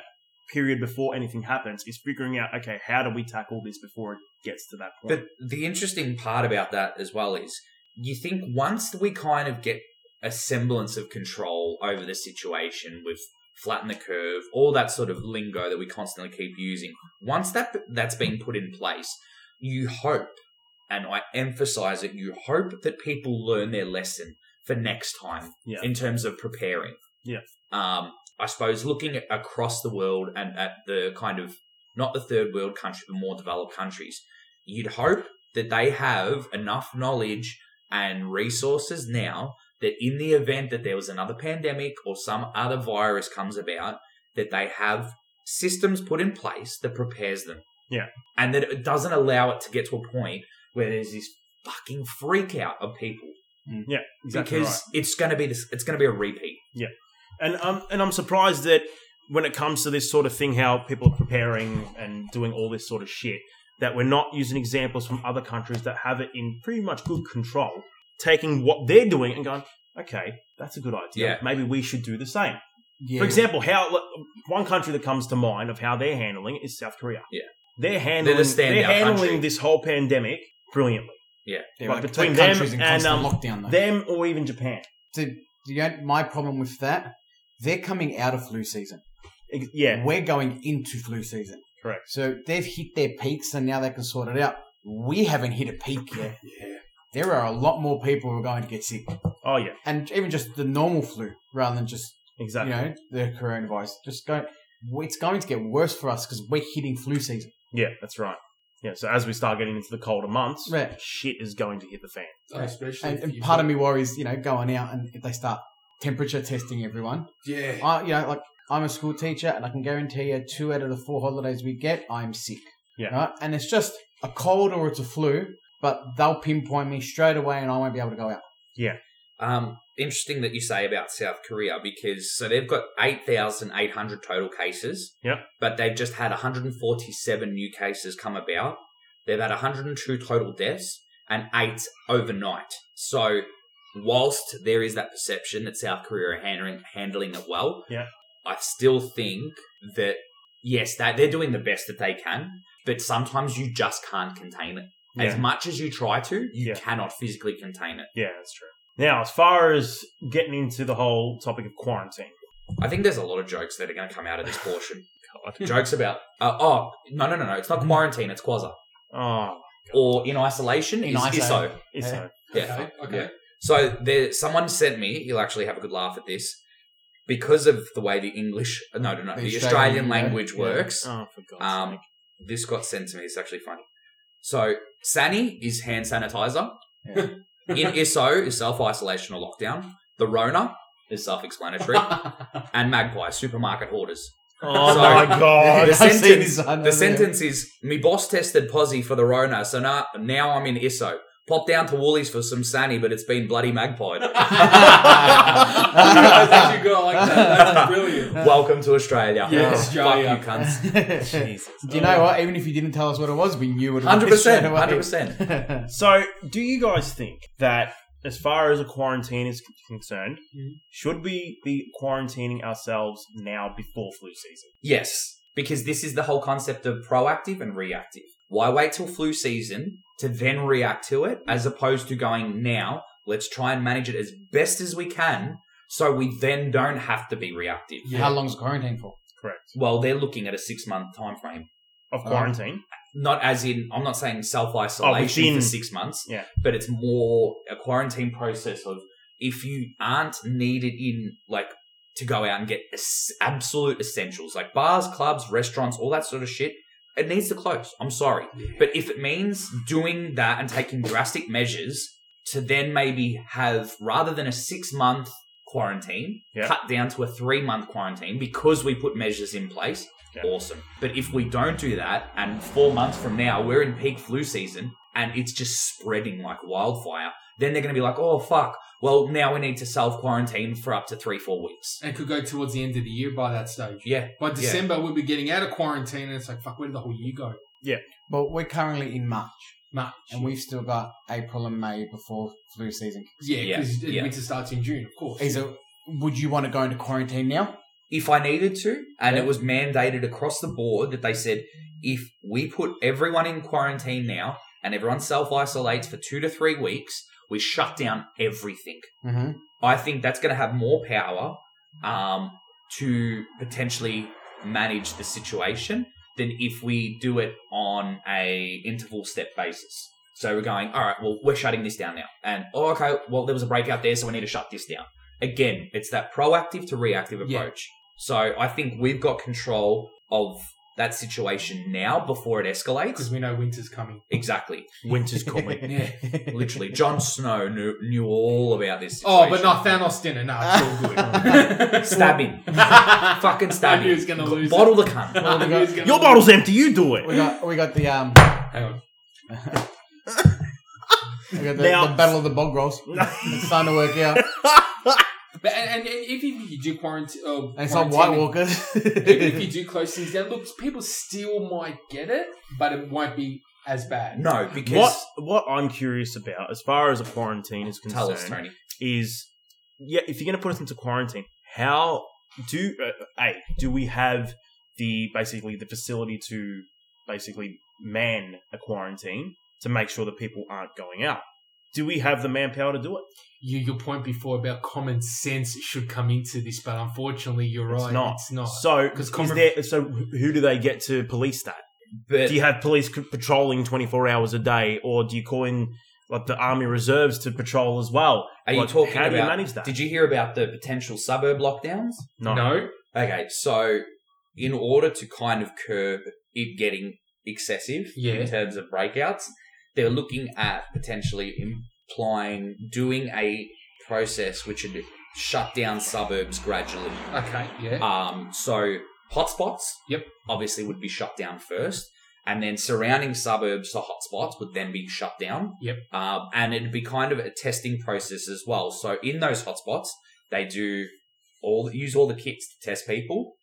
period before anything happens is figuring out okay how do we tackle this before it gets to that point. but the interesting part about that as well is you think once we kind of get a semblance of control over the situation with flatten the curve, all that sort of lingo that we constantly keep using, once that that's been put in place, you hope, and I emphasize it, you hope that people learn their lesson for next time Yeah. in terms of preparing. Yeah. Um, I suppose looking at, across the world and at the kind of not the third world country, but more developed countries, you'd hope that they have enough knowledge and resources now that in the event that there was another pandemic or some other virus comes about, that they have systems put in place that prepares them. Yeah. And that it doesn't allow it to get to a point where there's this fucking freak out of people Exactly because right. it's going to be this. It's going to be a repeat. And um, and I'm surprised that when it comes to this sort of thing, how people are preparing and doing all this sort of shit, that we're not using examples from other countries that have it in pretty much good control, taking what they're doing and going, okay, that's a good idea. Yeah. Maybe we should do the same. Yeah. For example, how one country that comes to mind of how they're handling it is South Korea. Yeah. They're handling They're they're, the standout handling country. this whole pandemic brilliantly. They're like like between between them countries in and, um, constant lockdown though. Them or even Japan. So, you know, my problem with that, they're coming out of flu season. Ex- Yeah. We're going into flu season. Correct. So they've hit their peaks and now they can sort it out. We haven't hit a peak yet. Yeah. There are a lot more people who are going to get sick. Oh yeah. And even just the normal flu rather than just, you Exactly. know, the coronavirus. Just go. It's going to get worse for us because we're hitting flu season. Yeah, that's right. Yeah, so as we start getting into the colder months, Right. shit is going to hit the fan. Oh, especially And, if and you- part of me worries, you know, going out and if they start temperature testing everyone. Yeah. I, you know, like I'm a school teacher, and I can guarantee you, two out of the four holidays we get, I'm sick. Yeah. Right? And it's just a cold or it's a flu, but they'll pinpoint me straight away, and I won't be able to go out. Um, interesting that you say about South Korea because so they've got eight thousand eight hundred total cases. Yep. But they've just had one hundred and forty-seven new cases come about. They've had one hundred and two total deaths and eight overnight. So, whilst there is that perception that South Korea are handling handling it well, Yeah. I still think that yes, that they're doing the best that they can, but sometimes you just can't contain it. As Yeah. much as you try to, you Yeah. cannot physically contain it. Yeah, that's true. Now, as far as getting into the whole topic of quarantine, I think there's a lot of jokes that are going to come out of this portion. God. jokes about, uh, oh, no, no, no, no. It's not Mm-hmm. quarantine, it's quasi. oh, Or in isolation, In is iso. ISO. it's so Yeah. Okay. okay. Yeah. So there, someone sent me, you'll actually have a good laugh at this, because of the way the English, uh, no, no, no, The the, Australian, Australian language language, yeah. works. oh for God's Um, sake. This got sent to me. It's actually funny. So Sani is hand sanitizer. Yeah. in ISO is self isolation or lockdown. The Rona is self explanatory. and Magpie, supermarket hoarders. Oh so- my god. The I've seen sentence- this on The there. sentence is, me boss tested posse for the Rona, so now, now I'm in ISO. Pop down to Woolies for some Sani, but it's been bloody magpied. That's actually good. I like that. That's brilliant. Welcome to Australia. Oh, Yeah, Fuck Australia. you cunts. Do you know what? Even if you didn't tell us what it was, we knew what it was. 100%, straight away. 100%. So, do you guys think that as far as a quarantine is concerned, Hmm. should we be quarantining ourselves now before flu season? Yes, because this is the whole concept of proactive and reactive. Why wait till flu season to then react to it as opposed to going now, let's try and manage it as best as we can so we then don't have to be reactive. How long's quarantine for? Correct. Well, they're looking at a 6 month time frame. Of Oh. quarantine? Not as in I'm not saying self isolation Oh, within- for 6 months, Yeah. but it's more a quarantine process of if you aren't needed in like to go out and get es- absolute essentials like bars, clubs, restaurants, all that sort of shit, it needs to close. I'm sorry. But if it means doing that and taking drastic measures to then maybe have, rather than a six month quarantine, Yeah. cut down to a three month quarantine because we put measures in place, Yeah. awesome. But if we don't do that and four months from now we're in peak flu season and it's just spreading like wildfire, then they're going to be like, oh, fuck. Well, now we need to self quarantine for up to three, four weeks. And could go towards the end of the year by that stage. Yeah. By December, we'll be getting out of quarantine, and it's like, fuck, where did the whole year go? But we're currently in March, March. and we've still got April and May before flu season. yeah, because Yeah, yeah. winter starts in June, of course. Is it? Would you want to go into quarantine now? if I needed to, and Yeah. it was mandated across the board that they said if we put everyone in quarantine now and everyone self isolates for two to three weeks, we shut down everything. Mm-hmm. I think that's going to have more power um, to potentially manage the situation than if we do it on a interval step basis. So we're going, all right, well, we're shutting this down now. And, oh, okay, well, there was a breakout there, so we need to shut this down. Again, it's that proactive to reactive approach. Yeah. So I think we've got control of that situation now before it Because escalates. we know winter's coming. Exactly. Winter's coming. Yeah. Literally, Jon Snow knew, knew all about this situation. Oh, but not Thanos dinner. Nah, it's all good. Stab him. Fucking stab I knew he him. was going to lose. Bottle it. the cunt. I knew he was gonna Your lose bottle's empty, you do it. We got we got the um it. Hang on. I got the, Now- the battle of the bog rolls. it's starting to work out. But and, and, and even if you do quarantine, uh, And it's not White quarantining- Walkers. even if you do close things down, look, people still might get it, but it won't be as bad. No, because What what I'm curious about, as far as a quarantine is tell us, concerned, Tony. is yeah, if you're going to put us into quarantine, how do uh, a do we have the basically the facility to basically man a quarantine to make sure that people aren't going out? Do we have the manpower to do it? You, your point before about common sense should come into this, but unfortunately, you're It's right. not. It's not. So, 'Cause is common- there, so wh- who do they get to police that? But Do you have police c- patrolling 24 hours a day, or do you call in like the army reserves to patrol as well? are you Like, talking how about? do you manage that? Did you hear about the potential suburb lockdowns? no. no. Okay, so in order to kind of curb it getting excessive Yeah. in terms of breakouts, they're looking at potentially implying doing a process which would shut down suburbs gradually. Okay. Yeah. Um, so hotspots, Yep. obviously would be shut down first, and then surrounding suburbs to hotspots would then be shut down. Yep. Um, and it'd be kind of a testing process as well. So in those hotspots, they do all use all the kits to test people,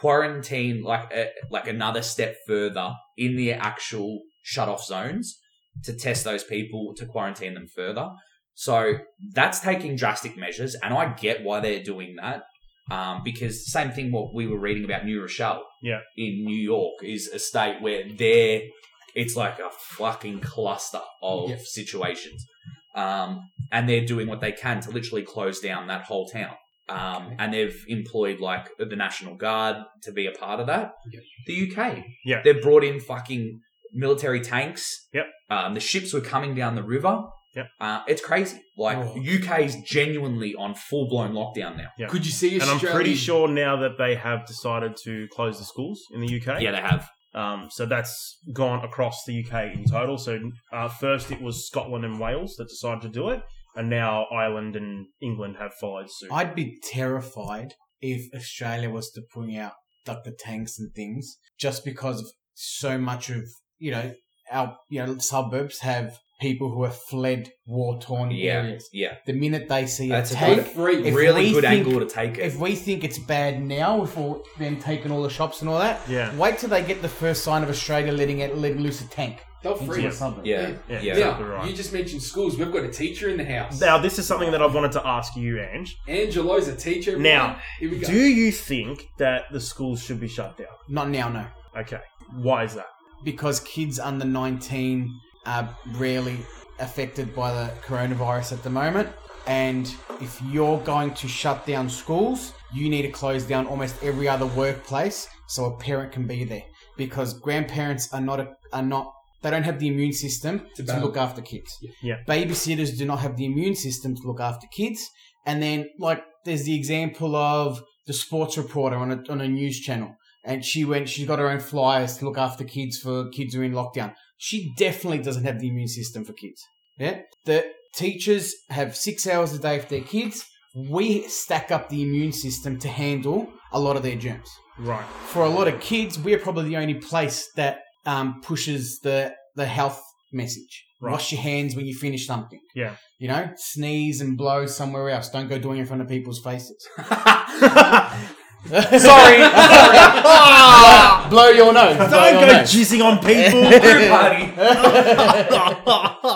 quarantine like a, like another step further in the actual shut off zones to test those people to quarantine them further. So that's taking drastic measures, and I get why they're doing that um, because same thing what we were reading about New Rochelle, Yeah. in New York is a state where there it's like a fucking cluster of Yeah. situations, um, and they're doing what they can to literally close down that whole town. Um, Okay. And they've employed like the National Guard to be a part of that. Yeah. The UK, Yeah. they've brought in fucking military tanks. Yep. um, the ships were coming down the river. Yep. uh, it's crazy. Like Oh. UK's genuinely on full blown lockdown now. Yeah. Could you see And I'm Australia? pretty sure now that they have decided to close the schools in the UK. Yeah, they have. Um, so that's gone across the UK in total. So uh, first it was Scotland and Wales that decided to do it, and now Ireland and England have followed suit. I'd be terrified if Australia was to bring out like the tanks and things just because of so much of you know our you know suburbs have people who have fled war torn Yeah, areas. yeah. The minute they see That's a a tank, good- Free. If really we good think- angle to take it. if we think it's bad now with all them taking all the shops and all that, yeah, wait till they get the first sign of Australia letting it letting loose a tank They'll into free. a suburb. yeah, yeah, yeah. Now, exactly right. you just mentioned schools. We've got a teacher in the house. Now this is something that I've wanted to ask you, Ange. Angelo's a teacher. everyone. Now, here we go. Do you think that the schools should be shut down? Not now, no. Okay, why is that? because kids under 19 are rarely affected by the coronavirus at the moment. And if you're going to shut down schools, you need to close down almost every other workplace so a parent can be there because grandparents are not are not they don't have the immune system To to, battle. look after kids. Yeah. Babysitters do not have the immune system to look after kids. And then like there's the example of the sports reporter on a on a news channel and she went she's got her own flyers to look after kids for kids who are in lockdown she definitely doesn't have the immune system for kids yeah the teachers have six hours a day for their kids we stack up the immune system to handle a lot of their germs Right. for a lot of kids we're probably the only place that um, pushes the the health message Right. wash your hands when you finish something Yeah. you know sneeze and blow somewhere else don't go doing it in front of people's faces Sorry. blow, blow your nose blow Don't your go nose. jizzing on people.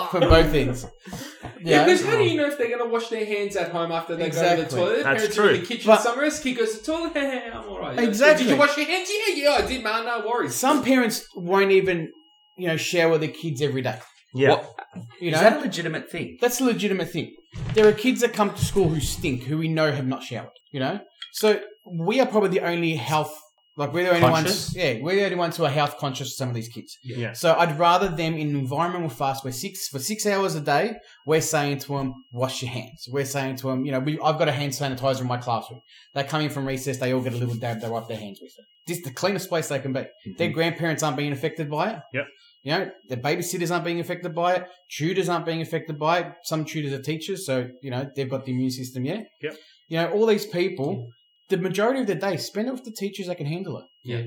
for both ends. Yeah, Yeah, because how do you know if they're going to wash their hands at home after they go to the Exactly. toilet? Their That's parents are In true. the kitchen But- somewhere else, kid goes to the toilet. "Hey, I'm all right. Yeah, Exactly. Did you wash your hands? Yeah, yeah, I did, man. No worries. some parents won't even you know share with their kids every day. yeah. What- You know Is that a legitimate thing? that's a legitimate thing. There are kids that come to school who stink, who we know have not showered. You know, so we are probably the only health like we're the only Conscious? ones. Yeah, we're the only ones who are health conscious. Some of these kids. Yeah. So I'd rather them in an environment with us where six for six hours a day, we're saying to them, wash your hands. We're saying to them, you know, we, I've got a hand sanitizer in my classroom. They come in from recess, they all get a little dab, they wipe their hands with it. This is the cleanest place they can be. Their grandparents aren't being affected by it. Yep. You know, their babysitters aren't being affected by it. Tutors aren't being affected by it. Some tutors are teachers, so you know they've got the immune system. Yeah. Yep. You know, all these people, the majority of the day, spend it with the teachers that can handle it. Yeah.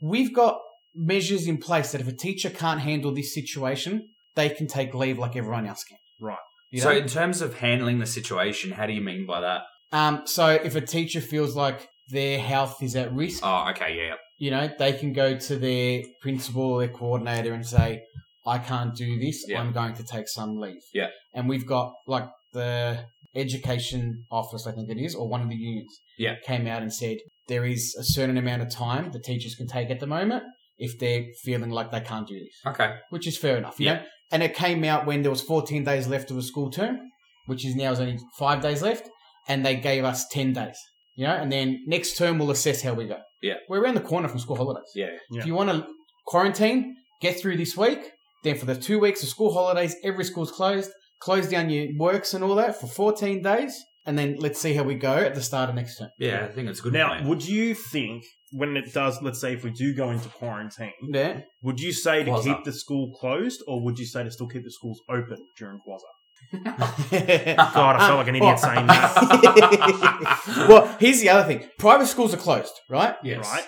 We've got measures in place that if a teacher can't handle this situation, they can take leave like everyone else can. Right. You so, know? in terms of handling the situation, how do you mean by that? um, so if a teacher feels like their health is at risk, Oh, okay, yeah. you know, they can go to their principal, their coordinator, and say, I can't do this. Yeah. I'm going to take some leave. Yeah. And we've got like the education office, I think it is, or one of the unions. Yeah. Came out and said there is a certain amount of time the teachers can take at the moment if they're feeling like they can't do this, Okay. which is fair enough. You Yeah. know? And it came out when there was 14 days left of a school term, which is now is only five days left. And they gave us 10 days, you know, and then next term we'll assess how we go. Yeah. We're around the corner from school holidays. Yeah. Yeah. If you want to quarantine, get through this week. Then for the two weeks of school holidays, every school's closed. Close down your works and all that for 14 days. And then let's see how we go at the start of next term. Yeah, I think it's a good. now, plan. would you think when it does, let's say if we do go into quarantine, Yeah. would you say to Quasar. keep the school closed or would you say to still keep the schools open during Quasar? Uh, God, I felt like an idiot saying that. well, here's the other thing. Private schools are closed, right? Yes. Right?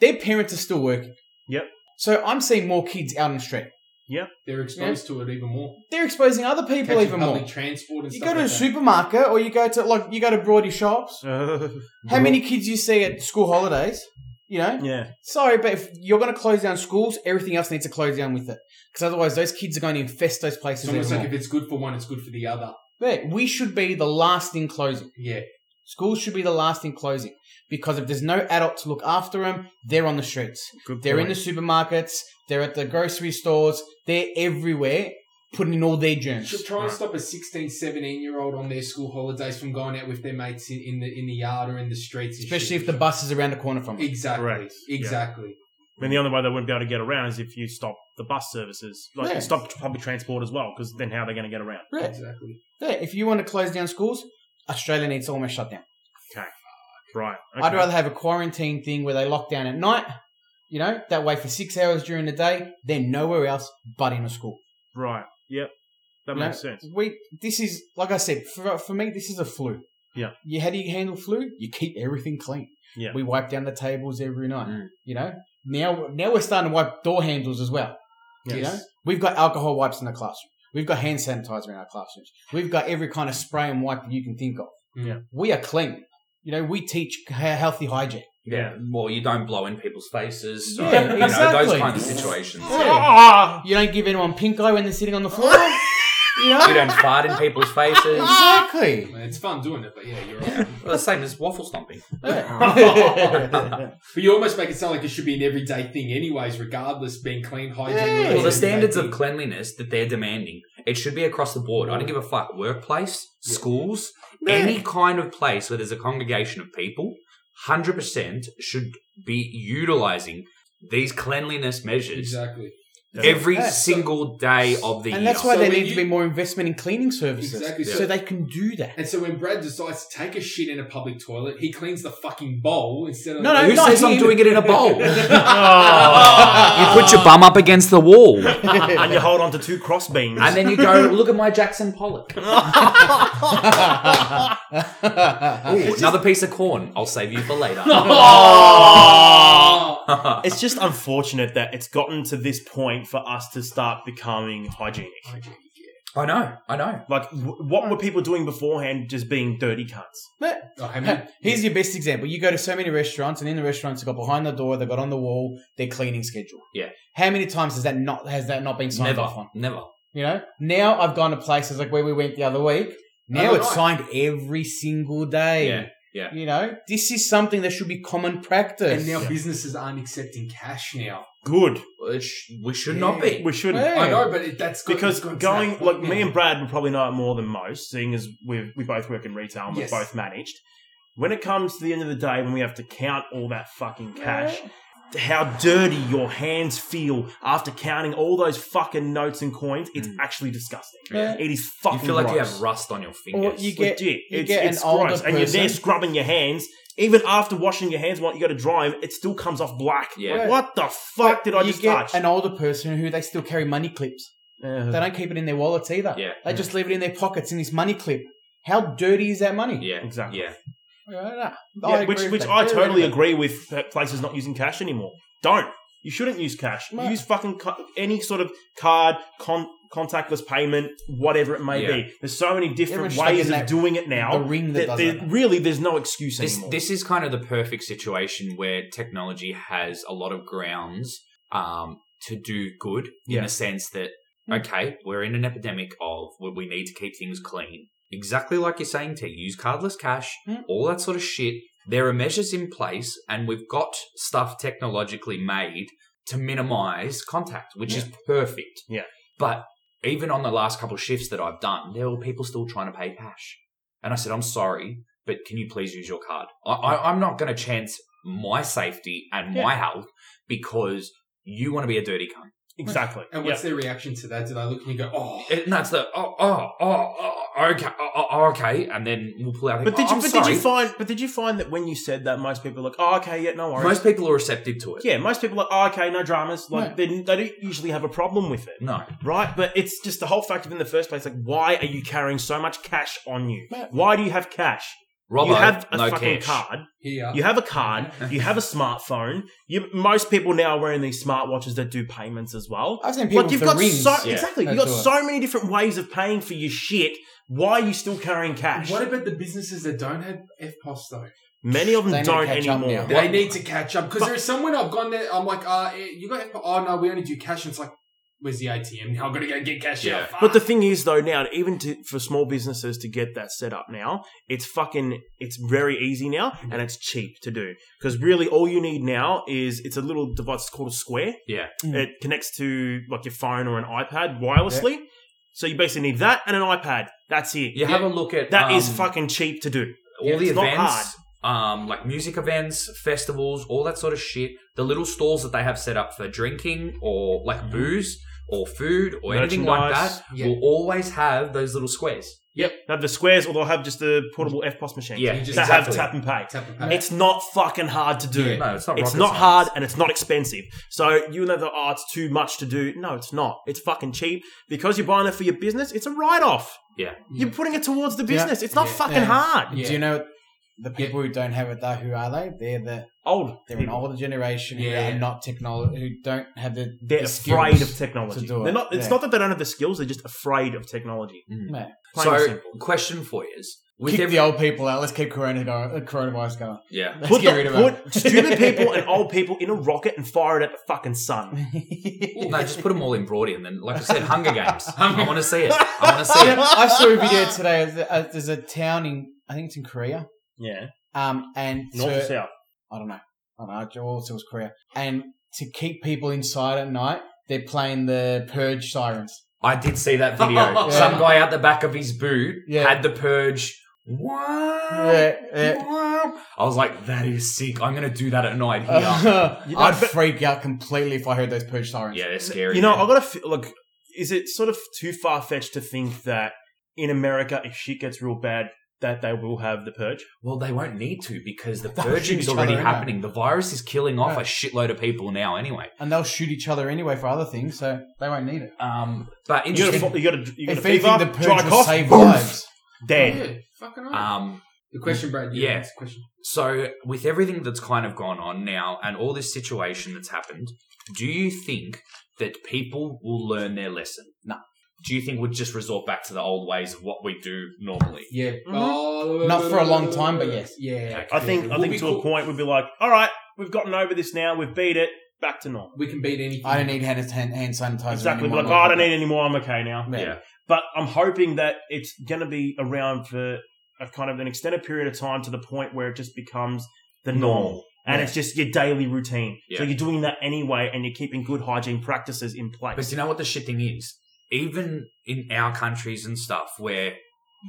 Their parents are still working. Yep. So I'm seeing more kids out on the street. They're exposed to it even more. They're exposing other people Catching even public more. transport and You stuff go to a like that. supermarket or you go to like you go to Broady oh. shops. How many kids you see at school holidays? You know, yeah. sorry, but if you're going to close down schools, everything else needs to close down with it because otherwise those kids are going to infest those places. It's almost even like if more. it's good for one, it's good for the other. Yeah, we should be the last in closing. Yeah. Schools should be the last in closing because if there's no adult to look after them, they're on the streets, Good they're in point. the supermarkets, they're at the grocery stores, they're everywhere, putting in all their germs. Should try and Right. stop a 16, 17 year old on their school holidays from going out with their mates in, in the in the yard or in the streets. and Especially shit. if the bus is around the corner from them. Exactly. Correct. Exactly. I mean, the only way they wouldn't be able to get around is if you stop the bus services, like Yeah. stop public transport as well, because then how are they going to get around? Yeah. Exactly. Yeah, if you want to close down schools, Australia needs to almost shut down. Right. I'd rather have a quarantine thing where they lock down at night, you know, that way for six hours during the day, then nowhere else but in a school. Right. Yep. That No. makes sense. We this is like I said for, for me this is a flu. Yeah. You how do you handle flu? You keep everything clean. Yeah. We wipe down the tables every night. Mm. You know now now we're starting to wipe door handles as well. You know we've got alcohol wipes in the classroom. We've got hand sanitizer in our classrooms. We've got every kind of spray and wipe that you can think of. Yeah. We are clean. You know we teach he- healthy hygiene. yeah. Well, you don't blow in people's faces. So, Yeah, you know, exactly. those kind of situations. Ah! You don't give anyone pink eye when they're sitting on the floor. you know? You don't fart in people's faces. Well, Exactly. It's fun doing it, but yeah, you're right. the same as waffle stomping. Yeah. but you almost make it sound like it should be an everyday thing, anyways, regardless, being clean, hygiene. Yeah. all Well, the those everyday standards of things. cleanliness that they're demanding, it should be across the board. I don't give a fuck. Workplace, Yeah. schools, Yeah. any kind of place where there's a congregation of people, 100% should be utilizing these cleanliness measures Exactly. every Yeah. single day of the year. and that's why So there when needs to you- be more investment in cleaning services, Exactly. so So- they can do that. And so when Brad decides to take a shit in a public toilet, he cleans the fucking bowl instead of. No, no, Who not says I'm him. doing it in a bowl? Oh. Ah! You put your bum up against the wall. and you hold on to two cross beams. And then you go, look at my Jackson Pollock. Ooh, another piece of corn. I'll save you for later. Oh. Oh, it's just unfortunate that it's gotten to this point for us to start becoming hygienic. I know, I know. Like, w- what were people doing beforehand just being dirty cunts? Oh, I mean, Here's your best example. You go to so many restaurants, and in the restaurants, they've got behind the door, they've got on the wall, their cleaning schedule. Yeah. How many times has that not has that not been signed Never, off on? never. You know. Now I've gone to places like where we went the other week. Now Overnight. it's signed every single day. Yeah, yeah. You know, this is something that should be common practice. and now Yeah. businesses aren't accepting cash now. Good. Which we should not be. We shouldn't. Yeah. I know, but it, that's got- Because it's got to going, that like, point me now. and Brad would probably know it more than most, seeing as we we both work in retail and Yes. we're both managed. When it comes to the end of the day, when we have to count all that fucking cash, how dirty your hands feel after counting all those fucking notes and coins, it's Mm. actually disgusting. Yeah. It is You fucking feel like you gross. have rust on your Or fingers. you get Legit. you it's, get an it's older gross. And you're there person- scrubbing your hands. Even after washing your hands, while you go to dry them, it still comes off black. Yeah. Like, what the fuck did I you just get touch? an older person who they still carry money clips. Uh, They don't keep it in their wallets either. Yeah. They just leave it in their pockets in this money clip. How dirty is that money? yeah, exactly. yeah. Yeah. Yeah, which which I totally agree with p- places not using cash anymore. Don't. You shouldn't use cash. No. Use fucking ca- any sort of card, con- contactless payment, whatever it may Yeah. be. There's so many different Everyone's stuck ways in of that- doing it now. the ring that that does there- that. really, there's no excuse This anymore. this is kind of the perfect situation where technology has a lot of grounds um, to do good in Yeah. the sense that okay, we're in an epidemic of where we need to keep things clean. Exactly like you're saying, T. Use cardless cash, Mm. all that sort of shit. There are measures in place, and we've got stuff technologically made to minimize contact, which is perfect. Yeah. But even on the last couple of shifts that I've done, there were people still trying to pay cash. And I said, I'm sorry, but can you please use your card? I, I, I'm not going to chance my safety and my health because you want to be a dirty cunt. exactly. And Yeah. what's their reaction to that? Do they look and you go, oh, It, no, it's the, oh, oh, oh, oh, okay, oh, oh, okay. And then we'll pull out. But did "Oh, you? I'm but sorry." did you find? But did you find that when you said that, most people are like, "Oh, okay, yeah, no worries." Most people are receptive to it. yeah, most people are like, "Oh, okay, no dramas." Like No. they, they don't usually have a problem with it, No. right? But it's just the whole fact of in the first place. Like, why are you carrying so much cash on you? No. Why do you have cash? Robbo, you have a no fucking cash. card. here. You have a card. You have a smartphone. You, most people now are wearing these smartwatches that do payments as well. I've seen people Like you've with the got rings. so Yeah. exactly, They you've got do it. so many different ways of paying for your shit. Why are you still carrying cash? What about the businesses that don't have FPOS though? Many of They them need don't to catch up anymore. now. They need to catch up because there's someone I've gone there. I'm like, uh, eh, you got FPOS? Oh no, we only do cash. And it's like, where's the ATM? Now I'm gonna go get cash Yeah. out. Fuck. But the thing is, though, now even to, for small businesses to get that set up now, it's fucking it's very easy now Mm-hmm. and it's cheap to do because really all you need now is it's a little device called a Square. Yeah. Mm. it connects to like your phone or an iPad wirelessly. So you basically need that and an iPad. That's it. You have a look at That is um, fucking cheap to do. all Yeah, the it's not events, um, like music events, festivals, all that sort of shit. The little stalls that they have set up for drinking or like booze or food or anything like that Mm. Merchandise. Yeah. will always have those little squares. They have the squares or they'll have just the portable FPOS machines Yeah, You that just have tap and pay. tap and pay. It's not fucking hard to do. Yeah. No, it's not. It's rocket not science. hard and it's not expensive. So you know that oh, it's too much to do. No, it's not. It's fucking cheap because you're buying it for your business. It's a write off. Yeah. You're putting it towards the Yeah. business. It's not Yeah. fucking Yeah. hard. Yeah. Do you know the people who don't have it though? Who are they? They're the Old. they're an people. older generation Yeah. who are not technology who don't have the They're the skills. afraid of technology. to do it. They're not. It's Yeah. not that they don't have the skills. They're just afraid of technology. Mm. No. Plain and So, simple. question for you is with Kick every the old people out. Let's keep corona go, uh, coronavirus going. yeah, Let's put, get the- rid of it. put stupid people and old people in a rocket and fire it at the fucking sun. Well, no, just put them all in Brody and then, like I said, Hunger Games. I want to see it. I want to see Yeah, it. I saw a video today. of the- uh, There's a town in I think it's in Korea. Yeah, Um, and north to- to south. I don't know. I don't know. I also was Korea. And to keep people inside at night, they're playing the purge sirens. I did see that video. Yeah. Some guy out the back of his boot Yeah. had the purge. Wow. Yeah, yeah. Wow. I was like, that is sick. I'm going to do that at night here. You know, I'd but- freak out completely if I heard those purge sirens. yeah, they're scary. You know, man. I gotta f- look. Is it sort of too far fetched to think that in America, if shit gets real bad, that they will have the purge? well, they won't need to because the They'll purging's shoot each already other, yeah. happening. The virus is killing off Yeah. a shitload of people now, anyway. And they'll shoot each other anyway for other things, so they won't need it. Um, but You gotta, interesting. fo- you gotta, you gotta If anything, fever, the dry purge will cough, save boom, lives. dead. Yeah, fucking Uh, right. Um, The question, Brad. yeah. Yeah, question. so with everything that's kind of gone on now and all this situation that's happened, do you think that people will learn their lesson? No. Do you think we'd just resort back to the old ways of what we do normally? Yeah, Mhm. Oh, Not for a long time, but yes. Yeah, I think, I We'll think be to cool. a point we'd be like, all right, we've gotten over this now. We've beat it. Back to normal. we can beat anything. I don't need hand, hand, hand sanitizer Exactly. anymore. Like, oh, I don't need any more. I'm okay now. Yeah. but I'm hoping that it's going to be around for a kind of an extended period of time to the point where it just becomes the norm. And Yeah. it's just your daily routine. So Yeah. you're doing that anyway and you're keeping good hygiene practices in Because place. you know what the shit thing is? Even in our countries and stuff where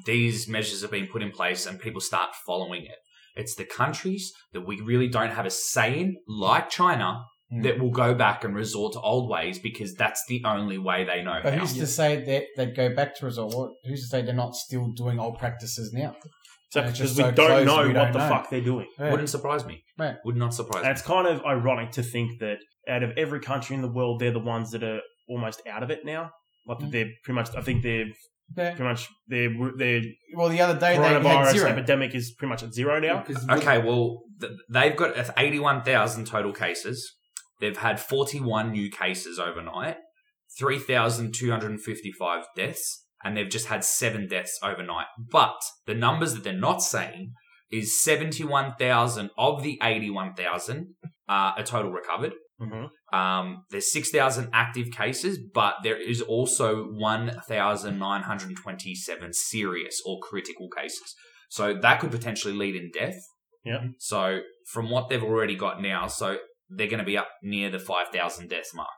these measures have been put in place and people start following it, it's the countries that we really don't have a say in, like China, Hmm. that will go back and resort to old ways because that's the only way they know But how. who's to say that they'd go back to resort? What- Who's to say they're not still doing old practices now? So Yeah, because it's just we so don't close, know we what don't the know. fuck they're doing. Yeah. Wouldn't surprise me. Right. Would not surprise And me. it's kind of ironic to think that out of every country in the world, they're the ones that are almost out of it now. Like Mm. they're pretty much, I think they're Yeah. pretty much, their their Well, the other day they had coronavirus zero. epidemic is pretty much at zero now. Because Okay, well, th- they've got 81,000 total cases. They've had 41 new cases overnight, 3,255 deaths, and they've just had seven deaths overnight. But the numbers that they're not saying is 71,000 of the 81,000 uh, are total recovered. Mm-hmm. Um, there's 6,000 active cases, but there is also 1,927 serious or critical cases. So that could potentially lead in death. Yeah. So from what they've already got now, so they're going to be up near the 5,000 death mark.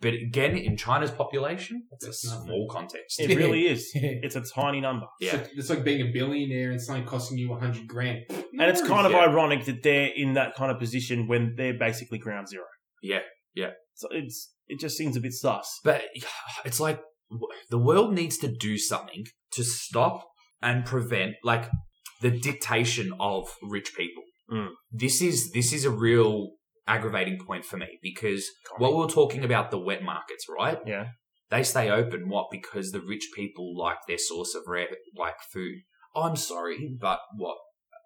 But again, in China's population, it's a That's nothing. small context. It really is. It's a tiny number. Yeah. It's, like, it's like being a billionaire and something costing you a hundred grand. And it's kind of Yeah. ironic that they're in that kind of position when they're basically ground zero. Yeah, yeah. So it's it just seems a bit sus. But it's like w- the world needs to do something to stop and prevent like the dictation of rich people. Mm. This is this is a real aggravating point for me because what we were talking about the wet markets, right? Yeah. They stay open what because the rich people like their source of rare like food. Oh, I'm sorry, but what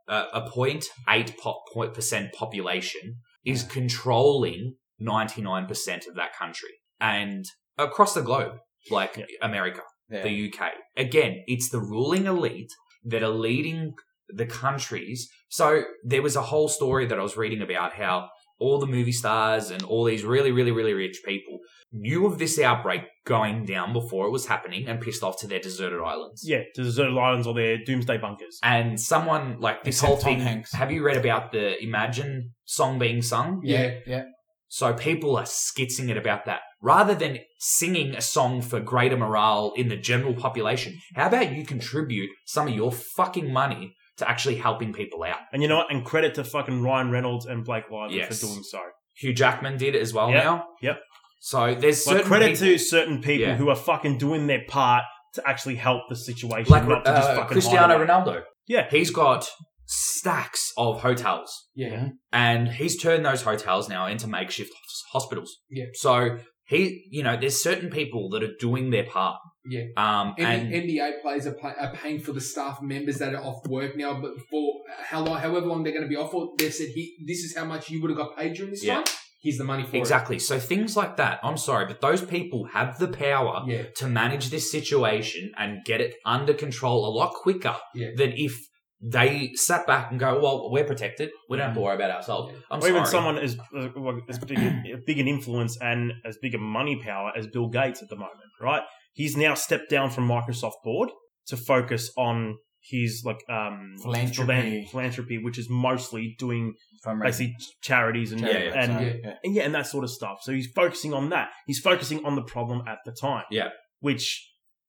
uh, a point eight po- point percent population is controlling ninety nine percent of that country and across the globe, like Yeah. America, Yeah. the UK. Again, it's the ruling elite that are leading the countries. So there was a whole story that I was reading about how all the movie stars and all these really, really, really rich people knew of this outbreak going down before it was happening and pissed off to their deserted islands. Yeah, to the deserted islands or their doomsday bunkers. And someone like this Except whole Tom thing. Hanks. Have you read about the Imagine song being sung? Yeah, yeah. So people are skitzing it about that. Rather than singing a song for greater morale in the general population, how about you contribute some of your fucking money to actually helping people out? And you know what? And credit to fucking Ryan Reynolds and Blake Lively Yes. for doing so. Hugh Jackman did it as well Yep, now. yep. So there's Like certain credit people- to certain people Yeah. who are fucking doing their part to actually help the situation, like not to just uh, fucking hide Cristiano away. Ronaldo. Yeah. He's got stacks of hotels. Yeah. and he's turned those hotels now into makeshift hos- hospitals. Yeah. So he, you know, there's certain people that are doing their part. Yeah. Um, And and the NBA players are, pay, are paying for the staff members that are off work now, but for how long, however long they're going to be off for, they've said, he, this is how much you would have got paid during this Yeah. time. Here's the money for exactly. So things like that. I'm sorry, but those people have the power it. Yeah. to manage this situation and get it under control a lot quicker Yeah. than if they sat back and go, "Well, we're protected. We Mm-hmm. don't have to worry about ourselves." I'm or sorry. even someone as, uh, well, as big, as big an influence and as big a money power as Bill Gates at the moment, right? He's now stepped down from Microsoft board to focus on his like um Philanthropy. philan- philanthropy, which is mostly doing From basically ch- charities and Yeah, yeah. and, Yeah. and yeah and that sort of stuff. So he's focusing on that. He's focusing on the problem at the time. Yeah. which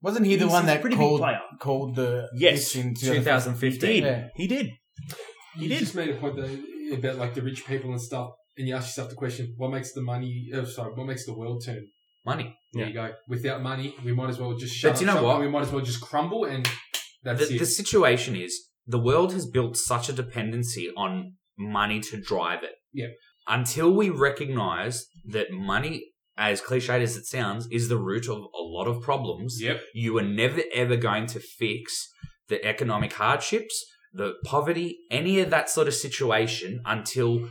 Wasn't he the he's- one he's a that pretty called big player. called the Yes. this in 2000. 2015. He did. Yeah. He did. You did. just made a point though, about like the rich people and stuff, and you ask yourself the question: What makes the money? Oh, sorry, what makes the world turn? Money. There Yeah. you go. Without money, we might as well just shut. But up you know shop what? and We might as well just crumble, and that's the, it. the situation is the world has built such a dependency on money to drive it. Yeah. Until we recognize that money, as cliched as it sounds, is the root of a lot of problems, yep. you are never ever going to fix the economic hardships, the poverty, any of that sort of situation until.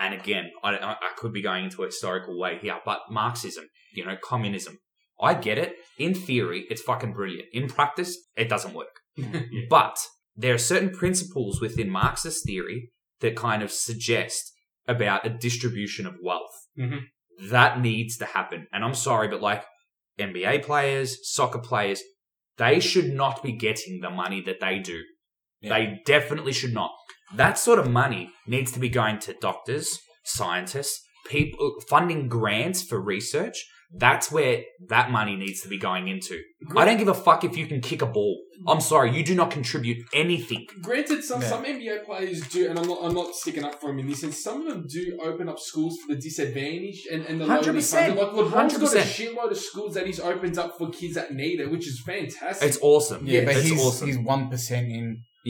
And again, I, I I could be going into a historical way here, but Marxism, you know, communism. I get it. In theory, it's fucking brilliant. In practice, it doesn't work. But there are certain principles within Marxist theory that kind of suggest about a distribution of wealth. Mhm. That needs to happen. And I'm sorry, but like NBA players, soccer players, they should not be getting the money that they do. Yeah. They definitely should not. That sort of money needs to be going to doctors, scientists, people funding grants for research. That's where that money needs to be going into. I don't give a fuck if you can kick a ball. I'm sorry, you do not contribute anything. Granted, some Yeah. some NBA players do, and I'm not I'm not sticking up for them in this. And some of them do open up schools for the disadvantaged and and the lowly 100%. funded. Like LeBron's got a 100%. shitload of schools that he's opened up for kids that need it, which is fantastic. It's awesome. Yeah, but it's he's awesome. he's one percent in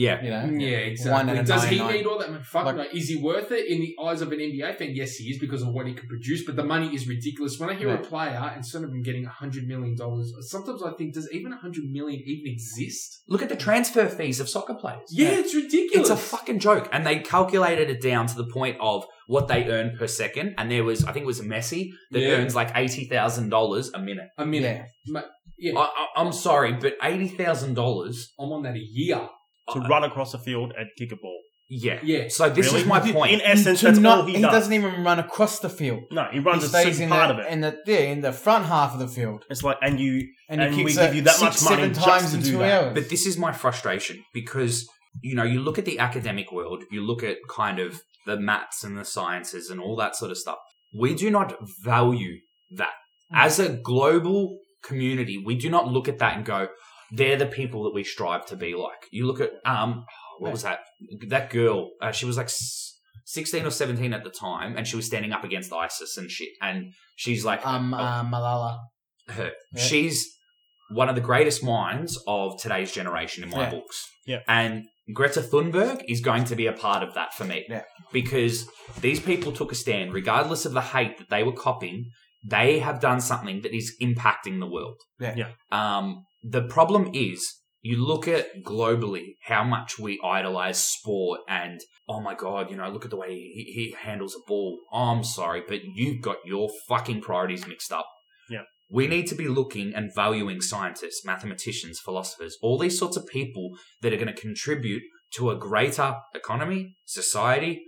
Yeah. You know, Yeah, One exactly. and a Does he 99. need all that money? Fuck Like- no. Is he worth it in the eyes of an NBA fan? Yes, he is because of what he could produce, but the money is ridiculous. When I hear Yeah. a player instead of him getting hundred million dollars, sometimes I think, does even hundred million even exist? Look at the transfer fees of soccer players. Yeah, it's ridiculous. It's a fucking joke. And they calculated it down to the point of what they earn per second. And there was, I think it was Messi that Yeah. earns like $80,000 a minute. a minute. Yeah. Yeah, I, I, I'm sorry, but $80,000? I'm on that a year. to run across the field and kick a ball. Yeah. Yeah, So this Really? is my In point. essence, To that's not- all he, he does. doesn't even run across the field. No, he runs he a stays certain in part the, of it. in the yeah, in the front half of the field, It's like, and you, and, And he kicks we it give you that six, much money seven just times to in do two that. hours. But this is my frustration because, you know, you look at the academic world, you look at kind of the maths and the sciences and all that sort of stuff. We do not value that. As a global community, we do not look at that and go, they're the people that we strive to be like. You look at, um, what was that? That girl, uh, she was like s- 16 or 17 at the time and she was standing up against ISIS and shit. And she's like, um, Oh. uh, Malala. her. Yeah. She's one of the greatest minds of today's generation in my Yeah. books. Yeah. And Greta Thunberg is going to be a part of that for me. Yeah. Because these people took a stand, regardless of the hate that they were copying, they have done something that is impacting the world. Yeah. Yeah. Um, the problem is you look at globally how much we idolize sport and oh my god you know look at the way he, he handles a ball i'm sorry but you've got your fucking priorities mixed up we need to be looking and valuing scientists, mathematicians, philosophers, all these sorts of people that are going to contribute to a greater economy, society,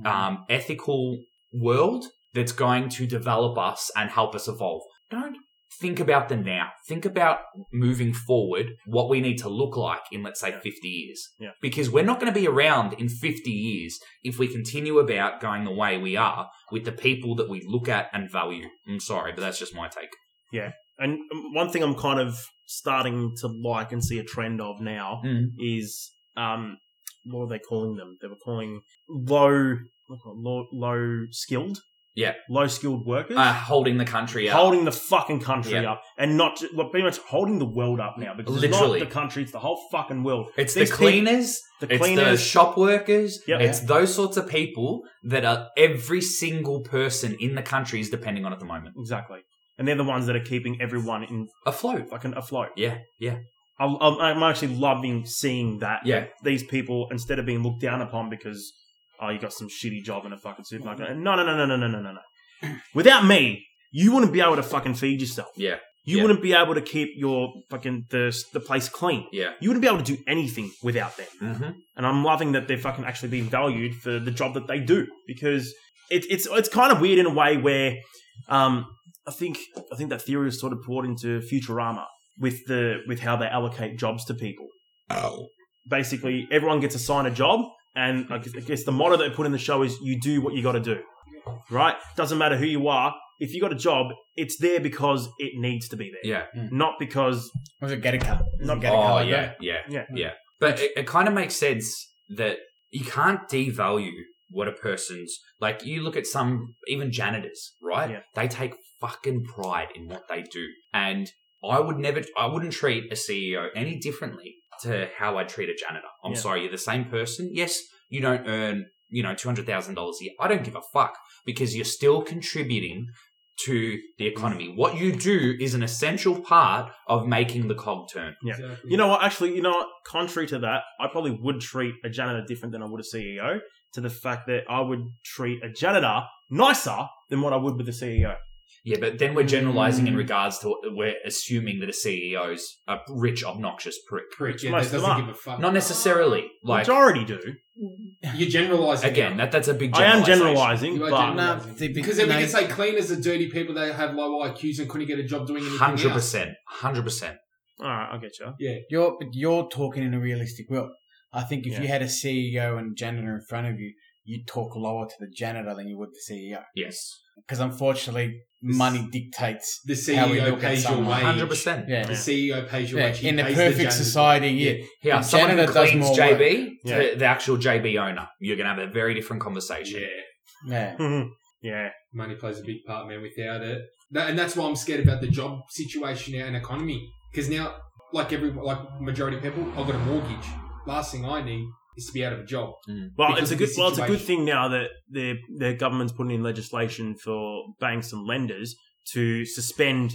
Mm. um, ethical world that's going to develop us and help us evolve. Don't think about the now. Think about moving forward, what we need to look like in, let's say, 50 years. Yeah. Because we're not going to be around in 50 years if we continue about going the way we are with the people that we look at and value. I'm sorry, but that's just my take. And um, one thing I'm kind of starting to like and see a trend of now Mm. is um, what are they calling them? They were calling low, low, low skilled, Yeah. low skilled workers. uh, holding the country up. Holding the fucking country Yeah. up and not ju- well, pretty much holding the world up now because Literally. it's not the country, it's the whole fucking world. it's the These peop- cleaners, it's the the cleaners. shop workers, Yep. it's those sorts of people that are every single person in the country is depending on at the moment. exactly. And they're the ones that are keeping everyone in Afloat. fucking afloat. Yeah, yeah. I- I'm, I'm actually loving seeing that. Yeah. like, these people, instead of being looked down upon because, oh, you got some shitty job in a fucking supermarket. Mm-hmm. No, no, no, no, no, no, no, no, no. Without me, you wouldn't be able to fucking feed yourself. Yeah, You Yeah. wouldn't be able to keep your fucking the the place clean. yeah. You wouldn't be able to do anything without them. Mm-hmm. And I'm loving that they're fucking actually being valued for the job that they do because it, it's it's kind of weird in a way where um, I think I think that theory is sort of brought into Futurama with the with how they allocate jobs to people. Oh. Basically, everyone gets assigned a job, and I guess, I guess the motto that they put in the show is "You do what you got to do." Right? Doesn't matter who you are. If you got a job, it's there because it needs to be there, Yeah. Hmm. not because was it Gattaca? Not- Gattaca, Oh, like yeah, that? yeah, Yeah. Hmm. yeah. But it, it kind of makes sense that you can't devalue what a person's like. You look at some even janitors, right? Yeah. They take fucking pride in what they do, and I would never, I wouldn't treat a CEO any differently to how I treat a janitor. I'm Yeah. sorry, you're the same person. Yes, you don't earn, you know, two hundred thousand dollars a year. I don't give a fuck because you're still contributing to the economy. What you do is an essential part of making the cog turn. Yeah. Exactly. You know what? Actually, you know what? Contrary to that, I probably would treat a janitor different than I would a CEO. To the fact that I would treat a janitor nicer than what I would with a E CEO. Yeah, but then we're generalizing in Mm. regards to we're assuming that a CEO's a rich, obnoxious prick. prick. Yeah, Most that of doesn't them give a fuck. Not necessarily. Like Ah, Majority do. You're generalizing again, that that's a big. I am generalization. generalising, You are but Nah, generalising. they be- because then we they- can say cleaners are dirty people. They have low IQs and couldn't get a job doing anything Hundred else. percent, hundred percent. all right, I get you. You're but you're talking in a realistic world. I think if Yeah. you had a CEO and janitor in front of you, you'd talk lower to the janitor than you would the CEO. Yes, Because unfortunately, This- money dictates. The How we CEO look at pays your someone. wage. hundred percent. Yeah. The CEO pays your Yeah, wage. He in a pays the perfect janitor. society, yeah. Yeah, The someone who janitor does cleans more JB, Yeah. to the actual JB owner, you're gonna have a very different conversation. Yeah. Yeah. yeah, money plays a big part, man. Without it, that, and that's why I'm scared about the job situation now and economy. Because now, like every like majority of people, I've got a mortgage. last thing I need is to be out of a job. Well, it's because a of good. this Well, it's a good situation. thing now that the the government's putting in legislation for banks and lenders to suspend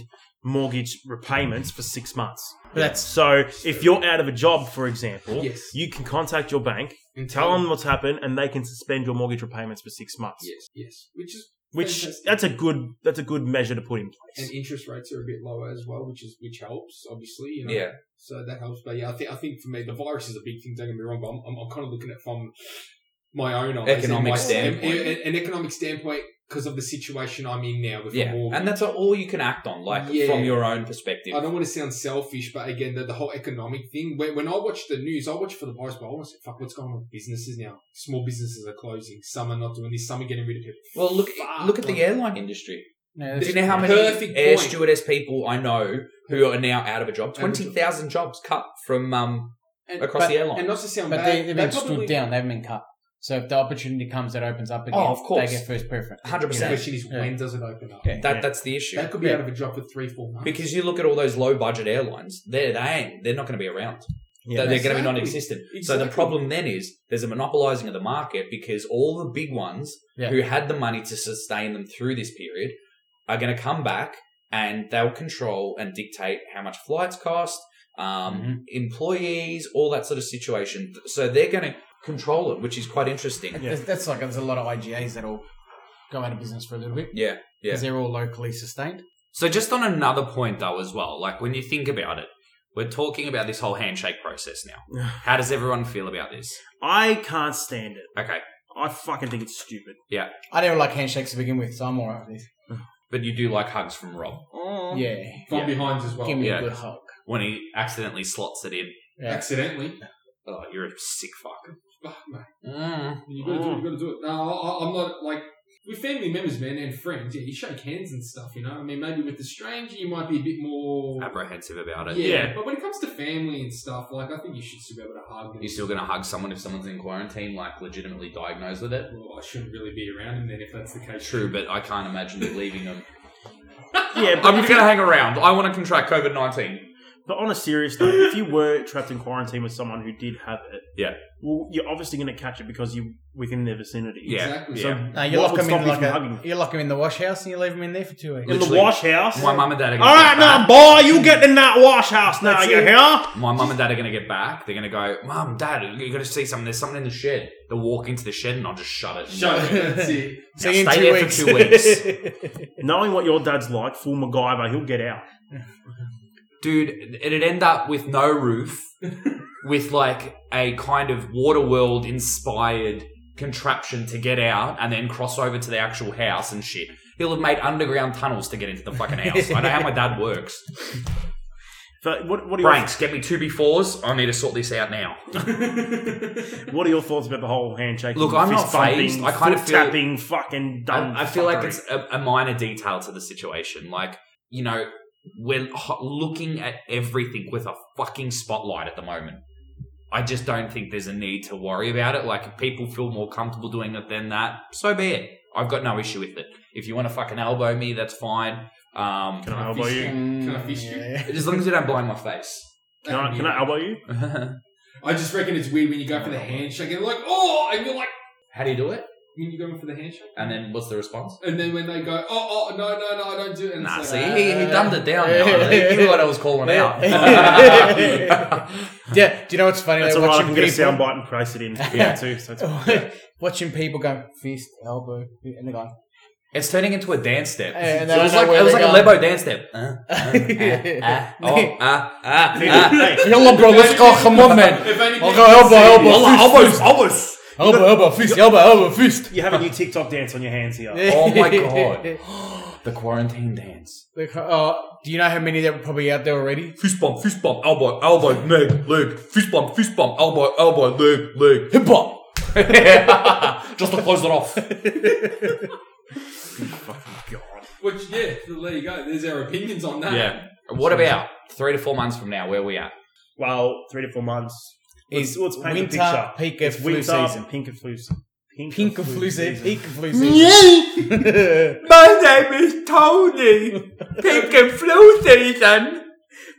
mortgage repayments for six months. That's So, if you're out of a job, for example, Yes. you can contact your bank, And tell them what's happened, and they can suspend your mortgage repayments for six months. Yes, yes. Which is Which fantastic. that's a good that's a good measure to put in and place. interest rates are a bit lower as well, which is which helps obviously. You know? Yeah. So that helps. But yeah, I think I think for me the virus is a big thing. Don't get me wrong, but I'm, I'm, I'm kind of looking at it from my own eyes, Economic and my- standpoint. an, an economic standpoint because of the situation I'm in now with Yeah, the mortgage. and that's all you can act on, like Yeah. from your own perspective. I don't want to sound selfish, but again, the, the whole economic thing. When, when I watch the news, I watch for the virus, but I want to say, fuck, what's going on with businesses now? Small businesses are closing. Some are not doing this. Some are getting rid of people. Well, look Fuck, look at man. the airline industry. no, Do that's you know how many Perfect air point. stewardess people I know who are now out of a job? Out of a job. Twenty thousand jobs cut from um, And, across but- the airline. and not to sound But bad, they, they've they been probably- stood down. They haven't been cut. So if the opportunity comes that opens up again, of course. they get first preference. Hundred The percent. question is, Yeah. when does it open up? Yeah. That that's the issue That could be Yeah. out of a job for three, four months. because you look at all those low budget airlines. They they ain't. They're not going to be around. They're, Yeah. going to Exactly. be non-existent. So the Exactly. problem then is there's a monopolizing of the market because all the big ones Yeah. who had the money to sustain them through this period are going to come back and they'll control and dictate how much flights cost, um, Mm-hmm. Mhm. employees, all that sort of situation. So they're going to control it, which is quite interesting. Yeah. That's, that's like there's a lot of IGAs that'll go out of business for a little bit Yeah. because they're all locally sustained. So just on another point though as well, like when you think about it, we're talking about this whole handshake process now. How does everyone feel about this? I can't stand it. Okay. I fucking think it's stupid. I never like handshakes to begin with, so I'm alright with this. But you do like hugs from Rob. Oh. Yeah, from Yeah. behind as well. give me yeah. a good hug. when he accidentally slots it in. Yeah. Accidentally. Oh, you're a sick fuck. Fuck, mate. Mm. You gotta do it. You gotta do it. No, I, I- I'm not like with family members, man, and friends. Yeah, you shake hands and stuff. You know, I mean, maybe with the stranger, you might be a bit more. Apprehensive about it. Yeah, Yeah. but when it comes to family and stuff, like I think you should still be able to hug. and- You're still gonna hug someone if someone's in quarantine, like legitimately diagnosed with it. Well, I shouldn't really be around him then if that's the case. True, but I can't imagine you leaving them. Yeah, but I'm just gonna hang around. I want to contract COVID nineteen. But on a serious note, if you were trapped in quarantine with someone who did have it, Yeah. well, you're obviously going to catch it because you're within their vicinity. Yeah, Exactly. So yeah. No, you what lock would them stop in you like from a, hugging? them? you lock them in the wash house and you leave them in there for two weeks. In the Literally. wash house. My mum and dad are gonna. All right, get back. now, boy, you get in that wash house now. That's You it. hear? My mum and dad are gonna get back. They're gonna go, Mum, Dad, you gotta see something. There's someone in the shed. They'll walk into the shed and I'll just shut it. Shut it. That's it. See Now you in stay two there for weeks. two weeks. Knowing what your dad's like, full MacGyver, he'll get out. dude, it'd end up with no roof, with like a kind of Waterworld inspired contraption to get out and then cross over to the actual house and shit. He'll have made underground tunnels to get into the fucking house. I know how my dad works. But what, what, are your, Ranks, get me two B4s. I need to sort this out now. what are your thoughts about the whole handshake? Look, I'm not fist bumping, phased. I kind of foot feel- tapping, fucking dumb. I, I feel like fuckery? it's a, a minor detail to the situation. Like, you know, we're h- looking at everything with a fucking spotlight at the moment. I just don't think there's a need to worry about it. Like, if people feel more comfortable doing it than that, so be it. I've got no issue with it. If you want to fucking elbow me, that's fine. Um, Can I elbow you? Mm, Can I fist you? yeah. as long as you don't blind my face. Can I, can I elbow you? I just reckon it's weird when you go for the handshake and like, oh, and you're like, How do you do it? when you're going for the handshake, And then what's the response? and then when they go, oh, oh, no, no, no, I don't do it. And Nah, it's see, like, he, he dumbed it down. Now. He knew what I was calling out. yeah, do you know what's funny? That's though? all right. I watching can get a people, soundbite and paste it in. Yeah. Yeah, too. So it's, watching people go fist, elbow, and they're going. It's turning into a dance step. And So I it was don't like know where it was they're like a going. Lebo dance step. Uh, uh, uh, Yeah. oh, uh, uh, Hey, uh. hey, Yalla, bro, let's go. Come on, man. If anything, I'll go elbow, elbow, Wallah, elbows, fist, elbows. elbow, elbow, fist, elbow, elbow, fist. you have a new TikTok dance on your hands here. Oh my God. The quarantine dance. Look, oh, do you know how many that were probably out there already? Fist bump, fist bump, elbow, elbow, leg, leg. Fist bump, fist bump, elbow, elbow, leg, leg. Hip bump. Just to close it off. Which, yeah, well, there you go. There's our opinions on that. Yeah. What about three to four months from now? Where we at? Well, three to four months. Is let's paint the winter, picture. peak of flu Winter, season. pink of flu, pink, Pink of flu season. Peak of flu season. My name is Tony. Pink and flu season.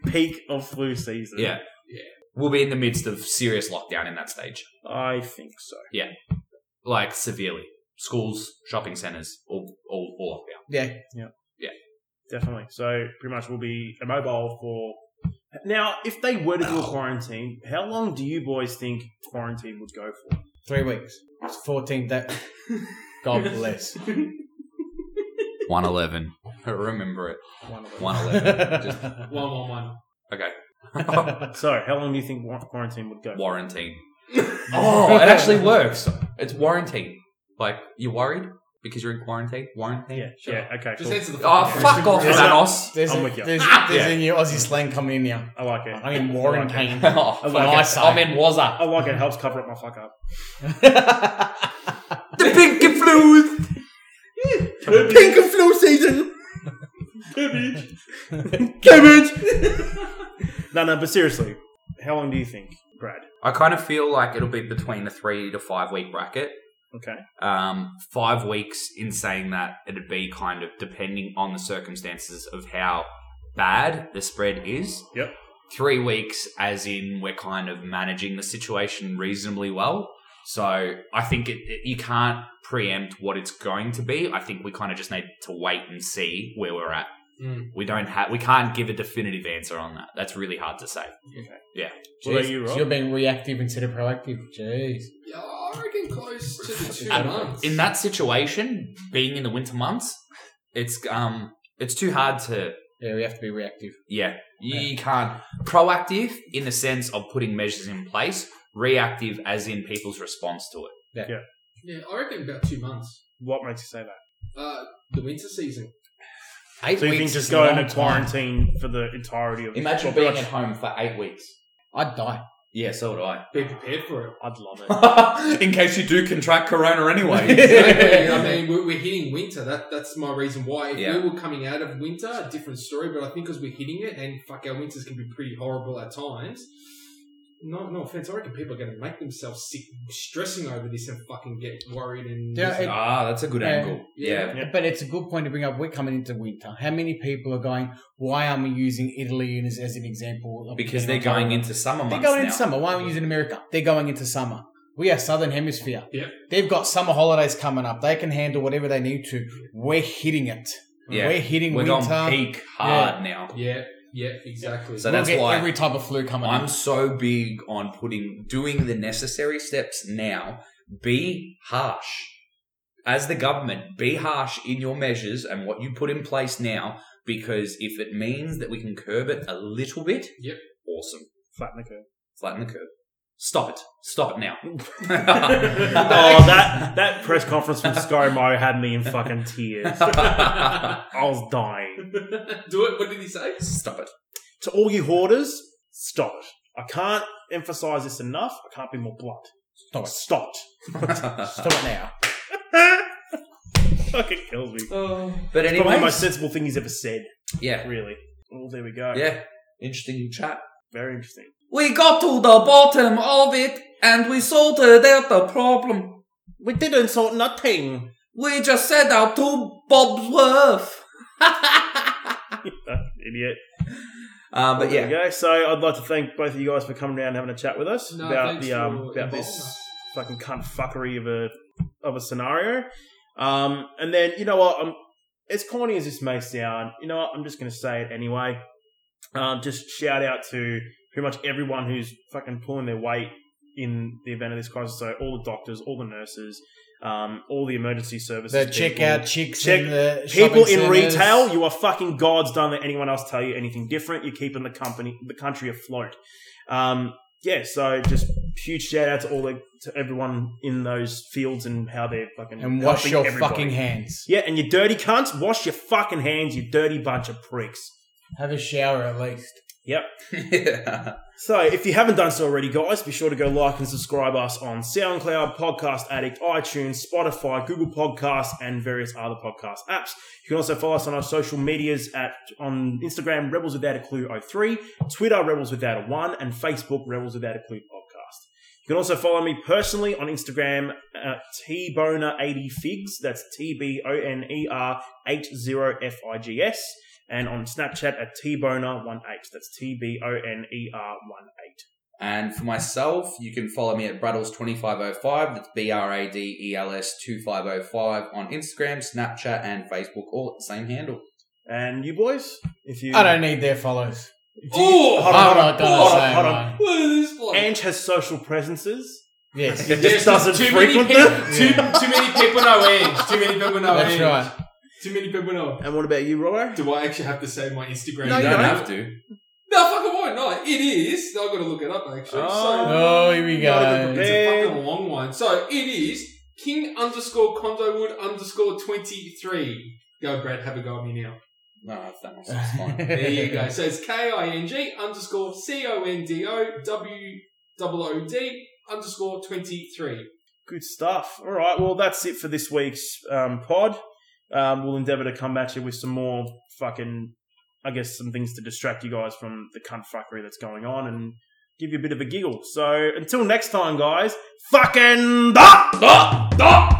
peak of flu season. Yeah. we'll be in the midst of serious lockdown in that stage. I think so. Like severely. Schools, shopping centres, all all, all locked down. Yeah. Definitely. So pretty much we'll be immobile for. Now, if they were to do a quarantine, how long do you boys think quarantine would go for? Three weeks. It's 14 days. God bless. One eleven. Remember it. One of One eleven. Just- One one one. Okay. So, how long do you think wa- quarantine would go? Warranting. oh, it actually works. It's warranting. Like you're worried because you're in quarantine. Warranting. Yeah, yeah, okay. Just cool. answer the Ah, Oh, fucking fuck off, Yeah. Thanos. There's, I'm a, with Ah, ya. there's, there's a new Aussie slang coming in here. I like it. I mean, Warren Kane. Oh, I fuck like it. I'm in Wazza. I like it. Helps cover up my fuck up. The pink influence. Pink and flu season. Cabbage. Cabbage. no, no, but seriously, how long do you think, Brad? I kind of feel like it'll be between a three to five week bracket. Okay. um, five weeks in saying that it'd be kind of depending on the circumstances of how bad the spread is. Yep. Three weeks, as in we're kind of managing the situation reasonably well. So I think it, it, you can't preempt what it's going to be. I think we kind of just need to wait and see where we're at. Mm. We don't have, we can't give a definitive answer on that. That's really hard to say. What about Jeez, you, so Rob? you're being reactive instead of proactive. Jeez. Yeah, I reckon close to the two And months. in that situation, being in the winter months, it's um, it's too hard to Yeah, we have to be reactive. Yeah, you can't. Proactive in the sense of putting measures in place, reactive as in people's response to it. yeah, I reckon about two months. What makes you say that? Uh, the winter season. Eight So you think weeks. just is a go long into quarantine for the entirety of Imagine Well, being at pretty much- home for eight weeks. I'd die. Yeah, so would I. Be prepared for it. I'd love it. in case you do contract corona anyway. Exactly. I mean, we're, we're hitting winter. That that's my reason why. If Yeah. we were coming out of winter, a different story. But I think because we're hitting it, and fuck, our winters can be pretty horrible at times. No, no offense. I reckon people are going to make themselves sick, stressing over this, and fucking get worried. And Yeah, it- ah, that's a good Yeah. angle. Yeah. Yeah. But it's a good point to bring up. We're coming into winter. How many people are going, why am I using Italy as, as an example? Of Because they're going into summer months They're going now. into summer. Why aren't we using America? They're going into summer. We are Southern Hemisphere. Yeah. They've got summer holidays coming up. They can handle whatever they need to. We're hitting it. Yeah. We're hitting We're winter. going peak hard now. yeah, yeah, exactly. So we'll that's get why- every type of flu coming I'm up. so big on putting doing the necessary steps now. Be harsh. As the government, be harsh in your measures and what you put in place now, because if it means that we can curb it a little bit, Yep. awesome. Flatten the curve. Flatten the curve. Stop it. Stop it now. oh, that that press conference from ScoMo had me in fucking tears. I was dying. Do it. What did he say? Stop it. To all you hoarders, stop it. I can't emphasize this enough. I can't be more blunt. Stop it. Stop Stop it now. it. fucking kills me. Uh, but It's probably the anyway, most sensible thing he's ever said, yeah, really. Well, there we go. yeah, interesting chat. Very interesting. We got to the bottom of it, and we sorted out the problem. We didn't sort nothing. We just sent out two Bob's worth. Idiot. uh, but Oh, There we yeah, go. So I'd like to thank both of you guys for coming down and having a chat with us No, about thanks the um for about involving this us. fucking cunt fuckery of a of a scenario. Um, and then you know what? Um, as corny as this may sound, you know what? I'm just going to say it anyway. Um, just shout out to pretty much everyone who's fucking pulling their weight in the event of this crisis. So all the doctors, all the nurses, um, all the emergency services, The people. checkout chicks. Check- in the People shopping in centres. retail, you are fucking gods. Don't let anyone else tell you anything different. You're keeping the company, the country afloat. Um, yeah, so just huge shout out to all the to everyone in those fields and how they're fucking And wash helping your everybody. fucking hands. Yeah, and you dirty cunts, wash your fucking hands, you dirty bunch of pricks. Have a shower at least. So, if you haven't done so already, guys, be sure to go like and subscribe us on SoundCloud, Podcast Addict, iTunes, Spotify, Google Podcasts, and various other podcast apps. You can also follow us on our social medias at on Instagram, Rebels Without a Clue 03, Twitter, Rebels Without a One, and Facebook, Rebels Without a Clue Podcast. You can also follow me personally on Instagram at tboner80figs. That's T B O N E R 80figs and on Snapchat at tboner18. That's T B O N E R 1 8. And for myself, you can follow me at Braddles2505. That's B R A D E L S 2505 on Instagram, Snapchat, and Facebook, all at the same handle. And you boys, if you, I don't need their follows. Oh, Hold I'm on, hold not gonna on, say hold on. mine. Look at this bloke. Ange has social presences. Yes, He just doesn't too frequent many them. people, too, too many people know Ange. Too many people know that's Ange. right. Too many people know. And what about you, Rollo? Do I actually have to say my Instagram? No, you don't no. have to. No, fucking why not? It is. I've got to look it up actually. Oh. Oh, here we Not So even Man. go. it's a fucking long one. So it is King underscore Condowood underscore twenty three. Go, Brad. Have a go at me now. No, I've done myself. It's fine. There you go. So it's K I N G underscore C O N D O W double O D underscore twenty three. Good stuff. All right. Well, that's it for this week's um, pod. Um, we'll endeavour to come at you with some more fucking, I guess, some things to distract you guys from the cunt fuckery that's going on and give you a bit of a giggle. So until next time, guys, fucking. Duh, duh, duh.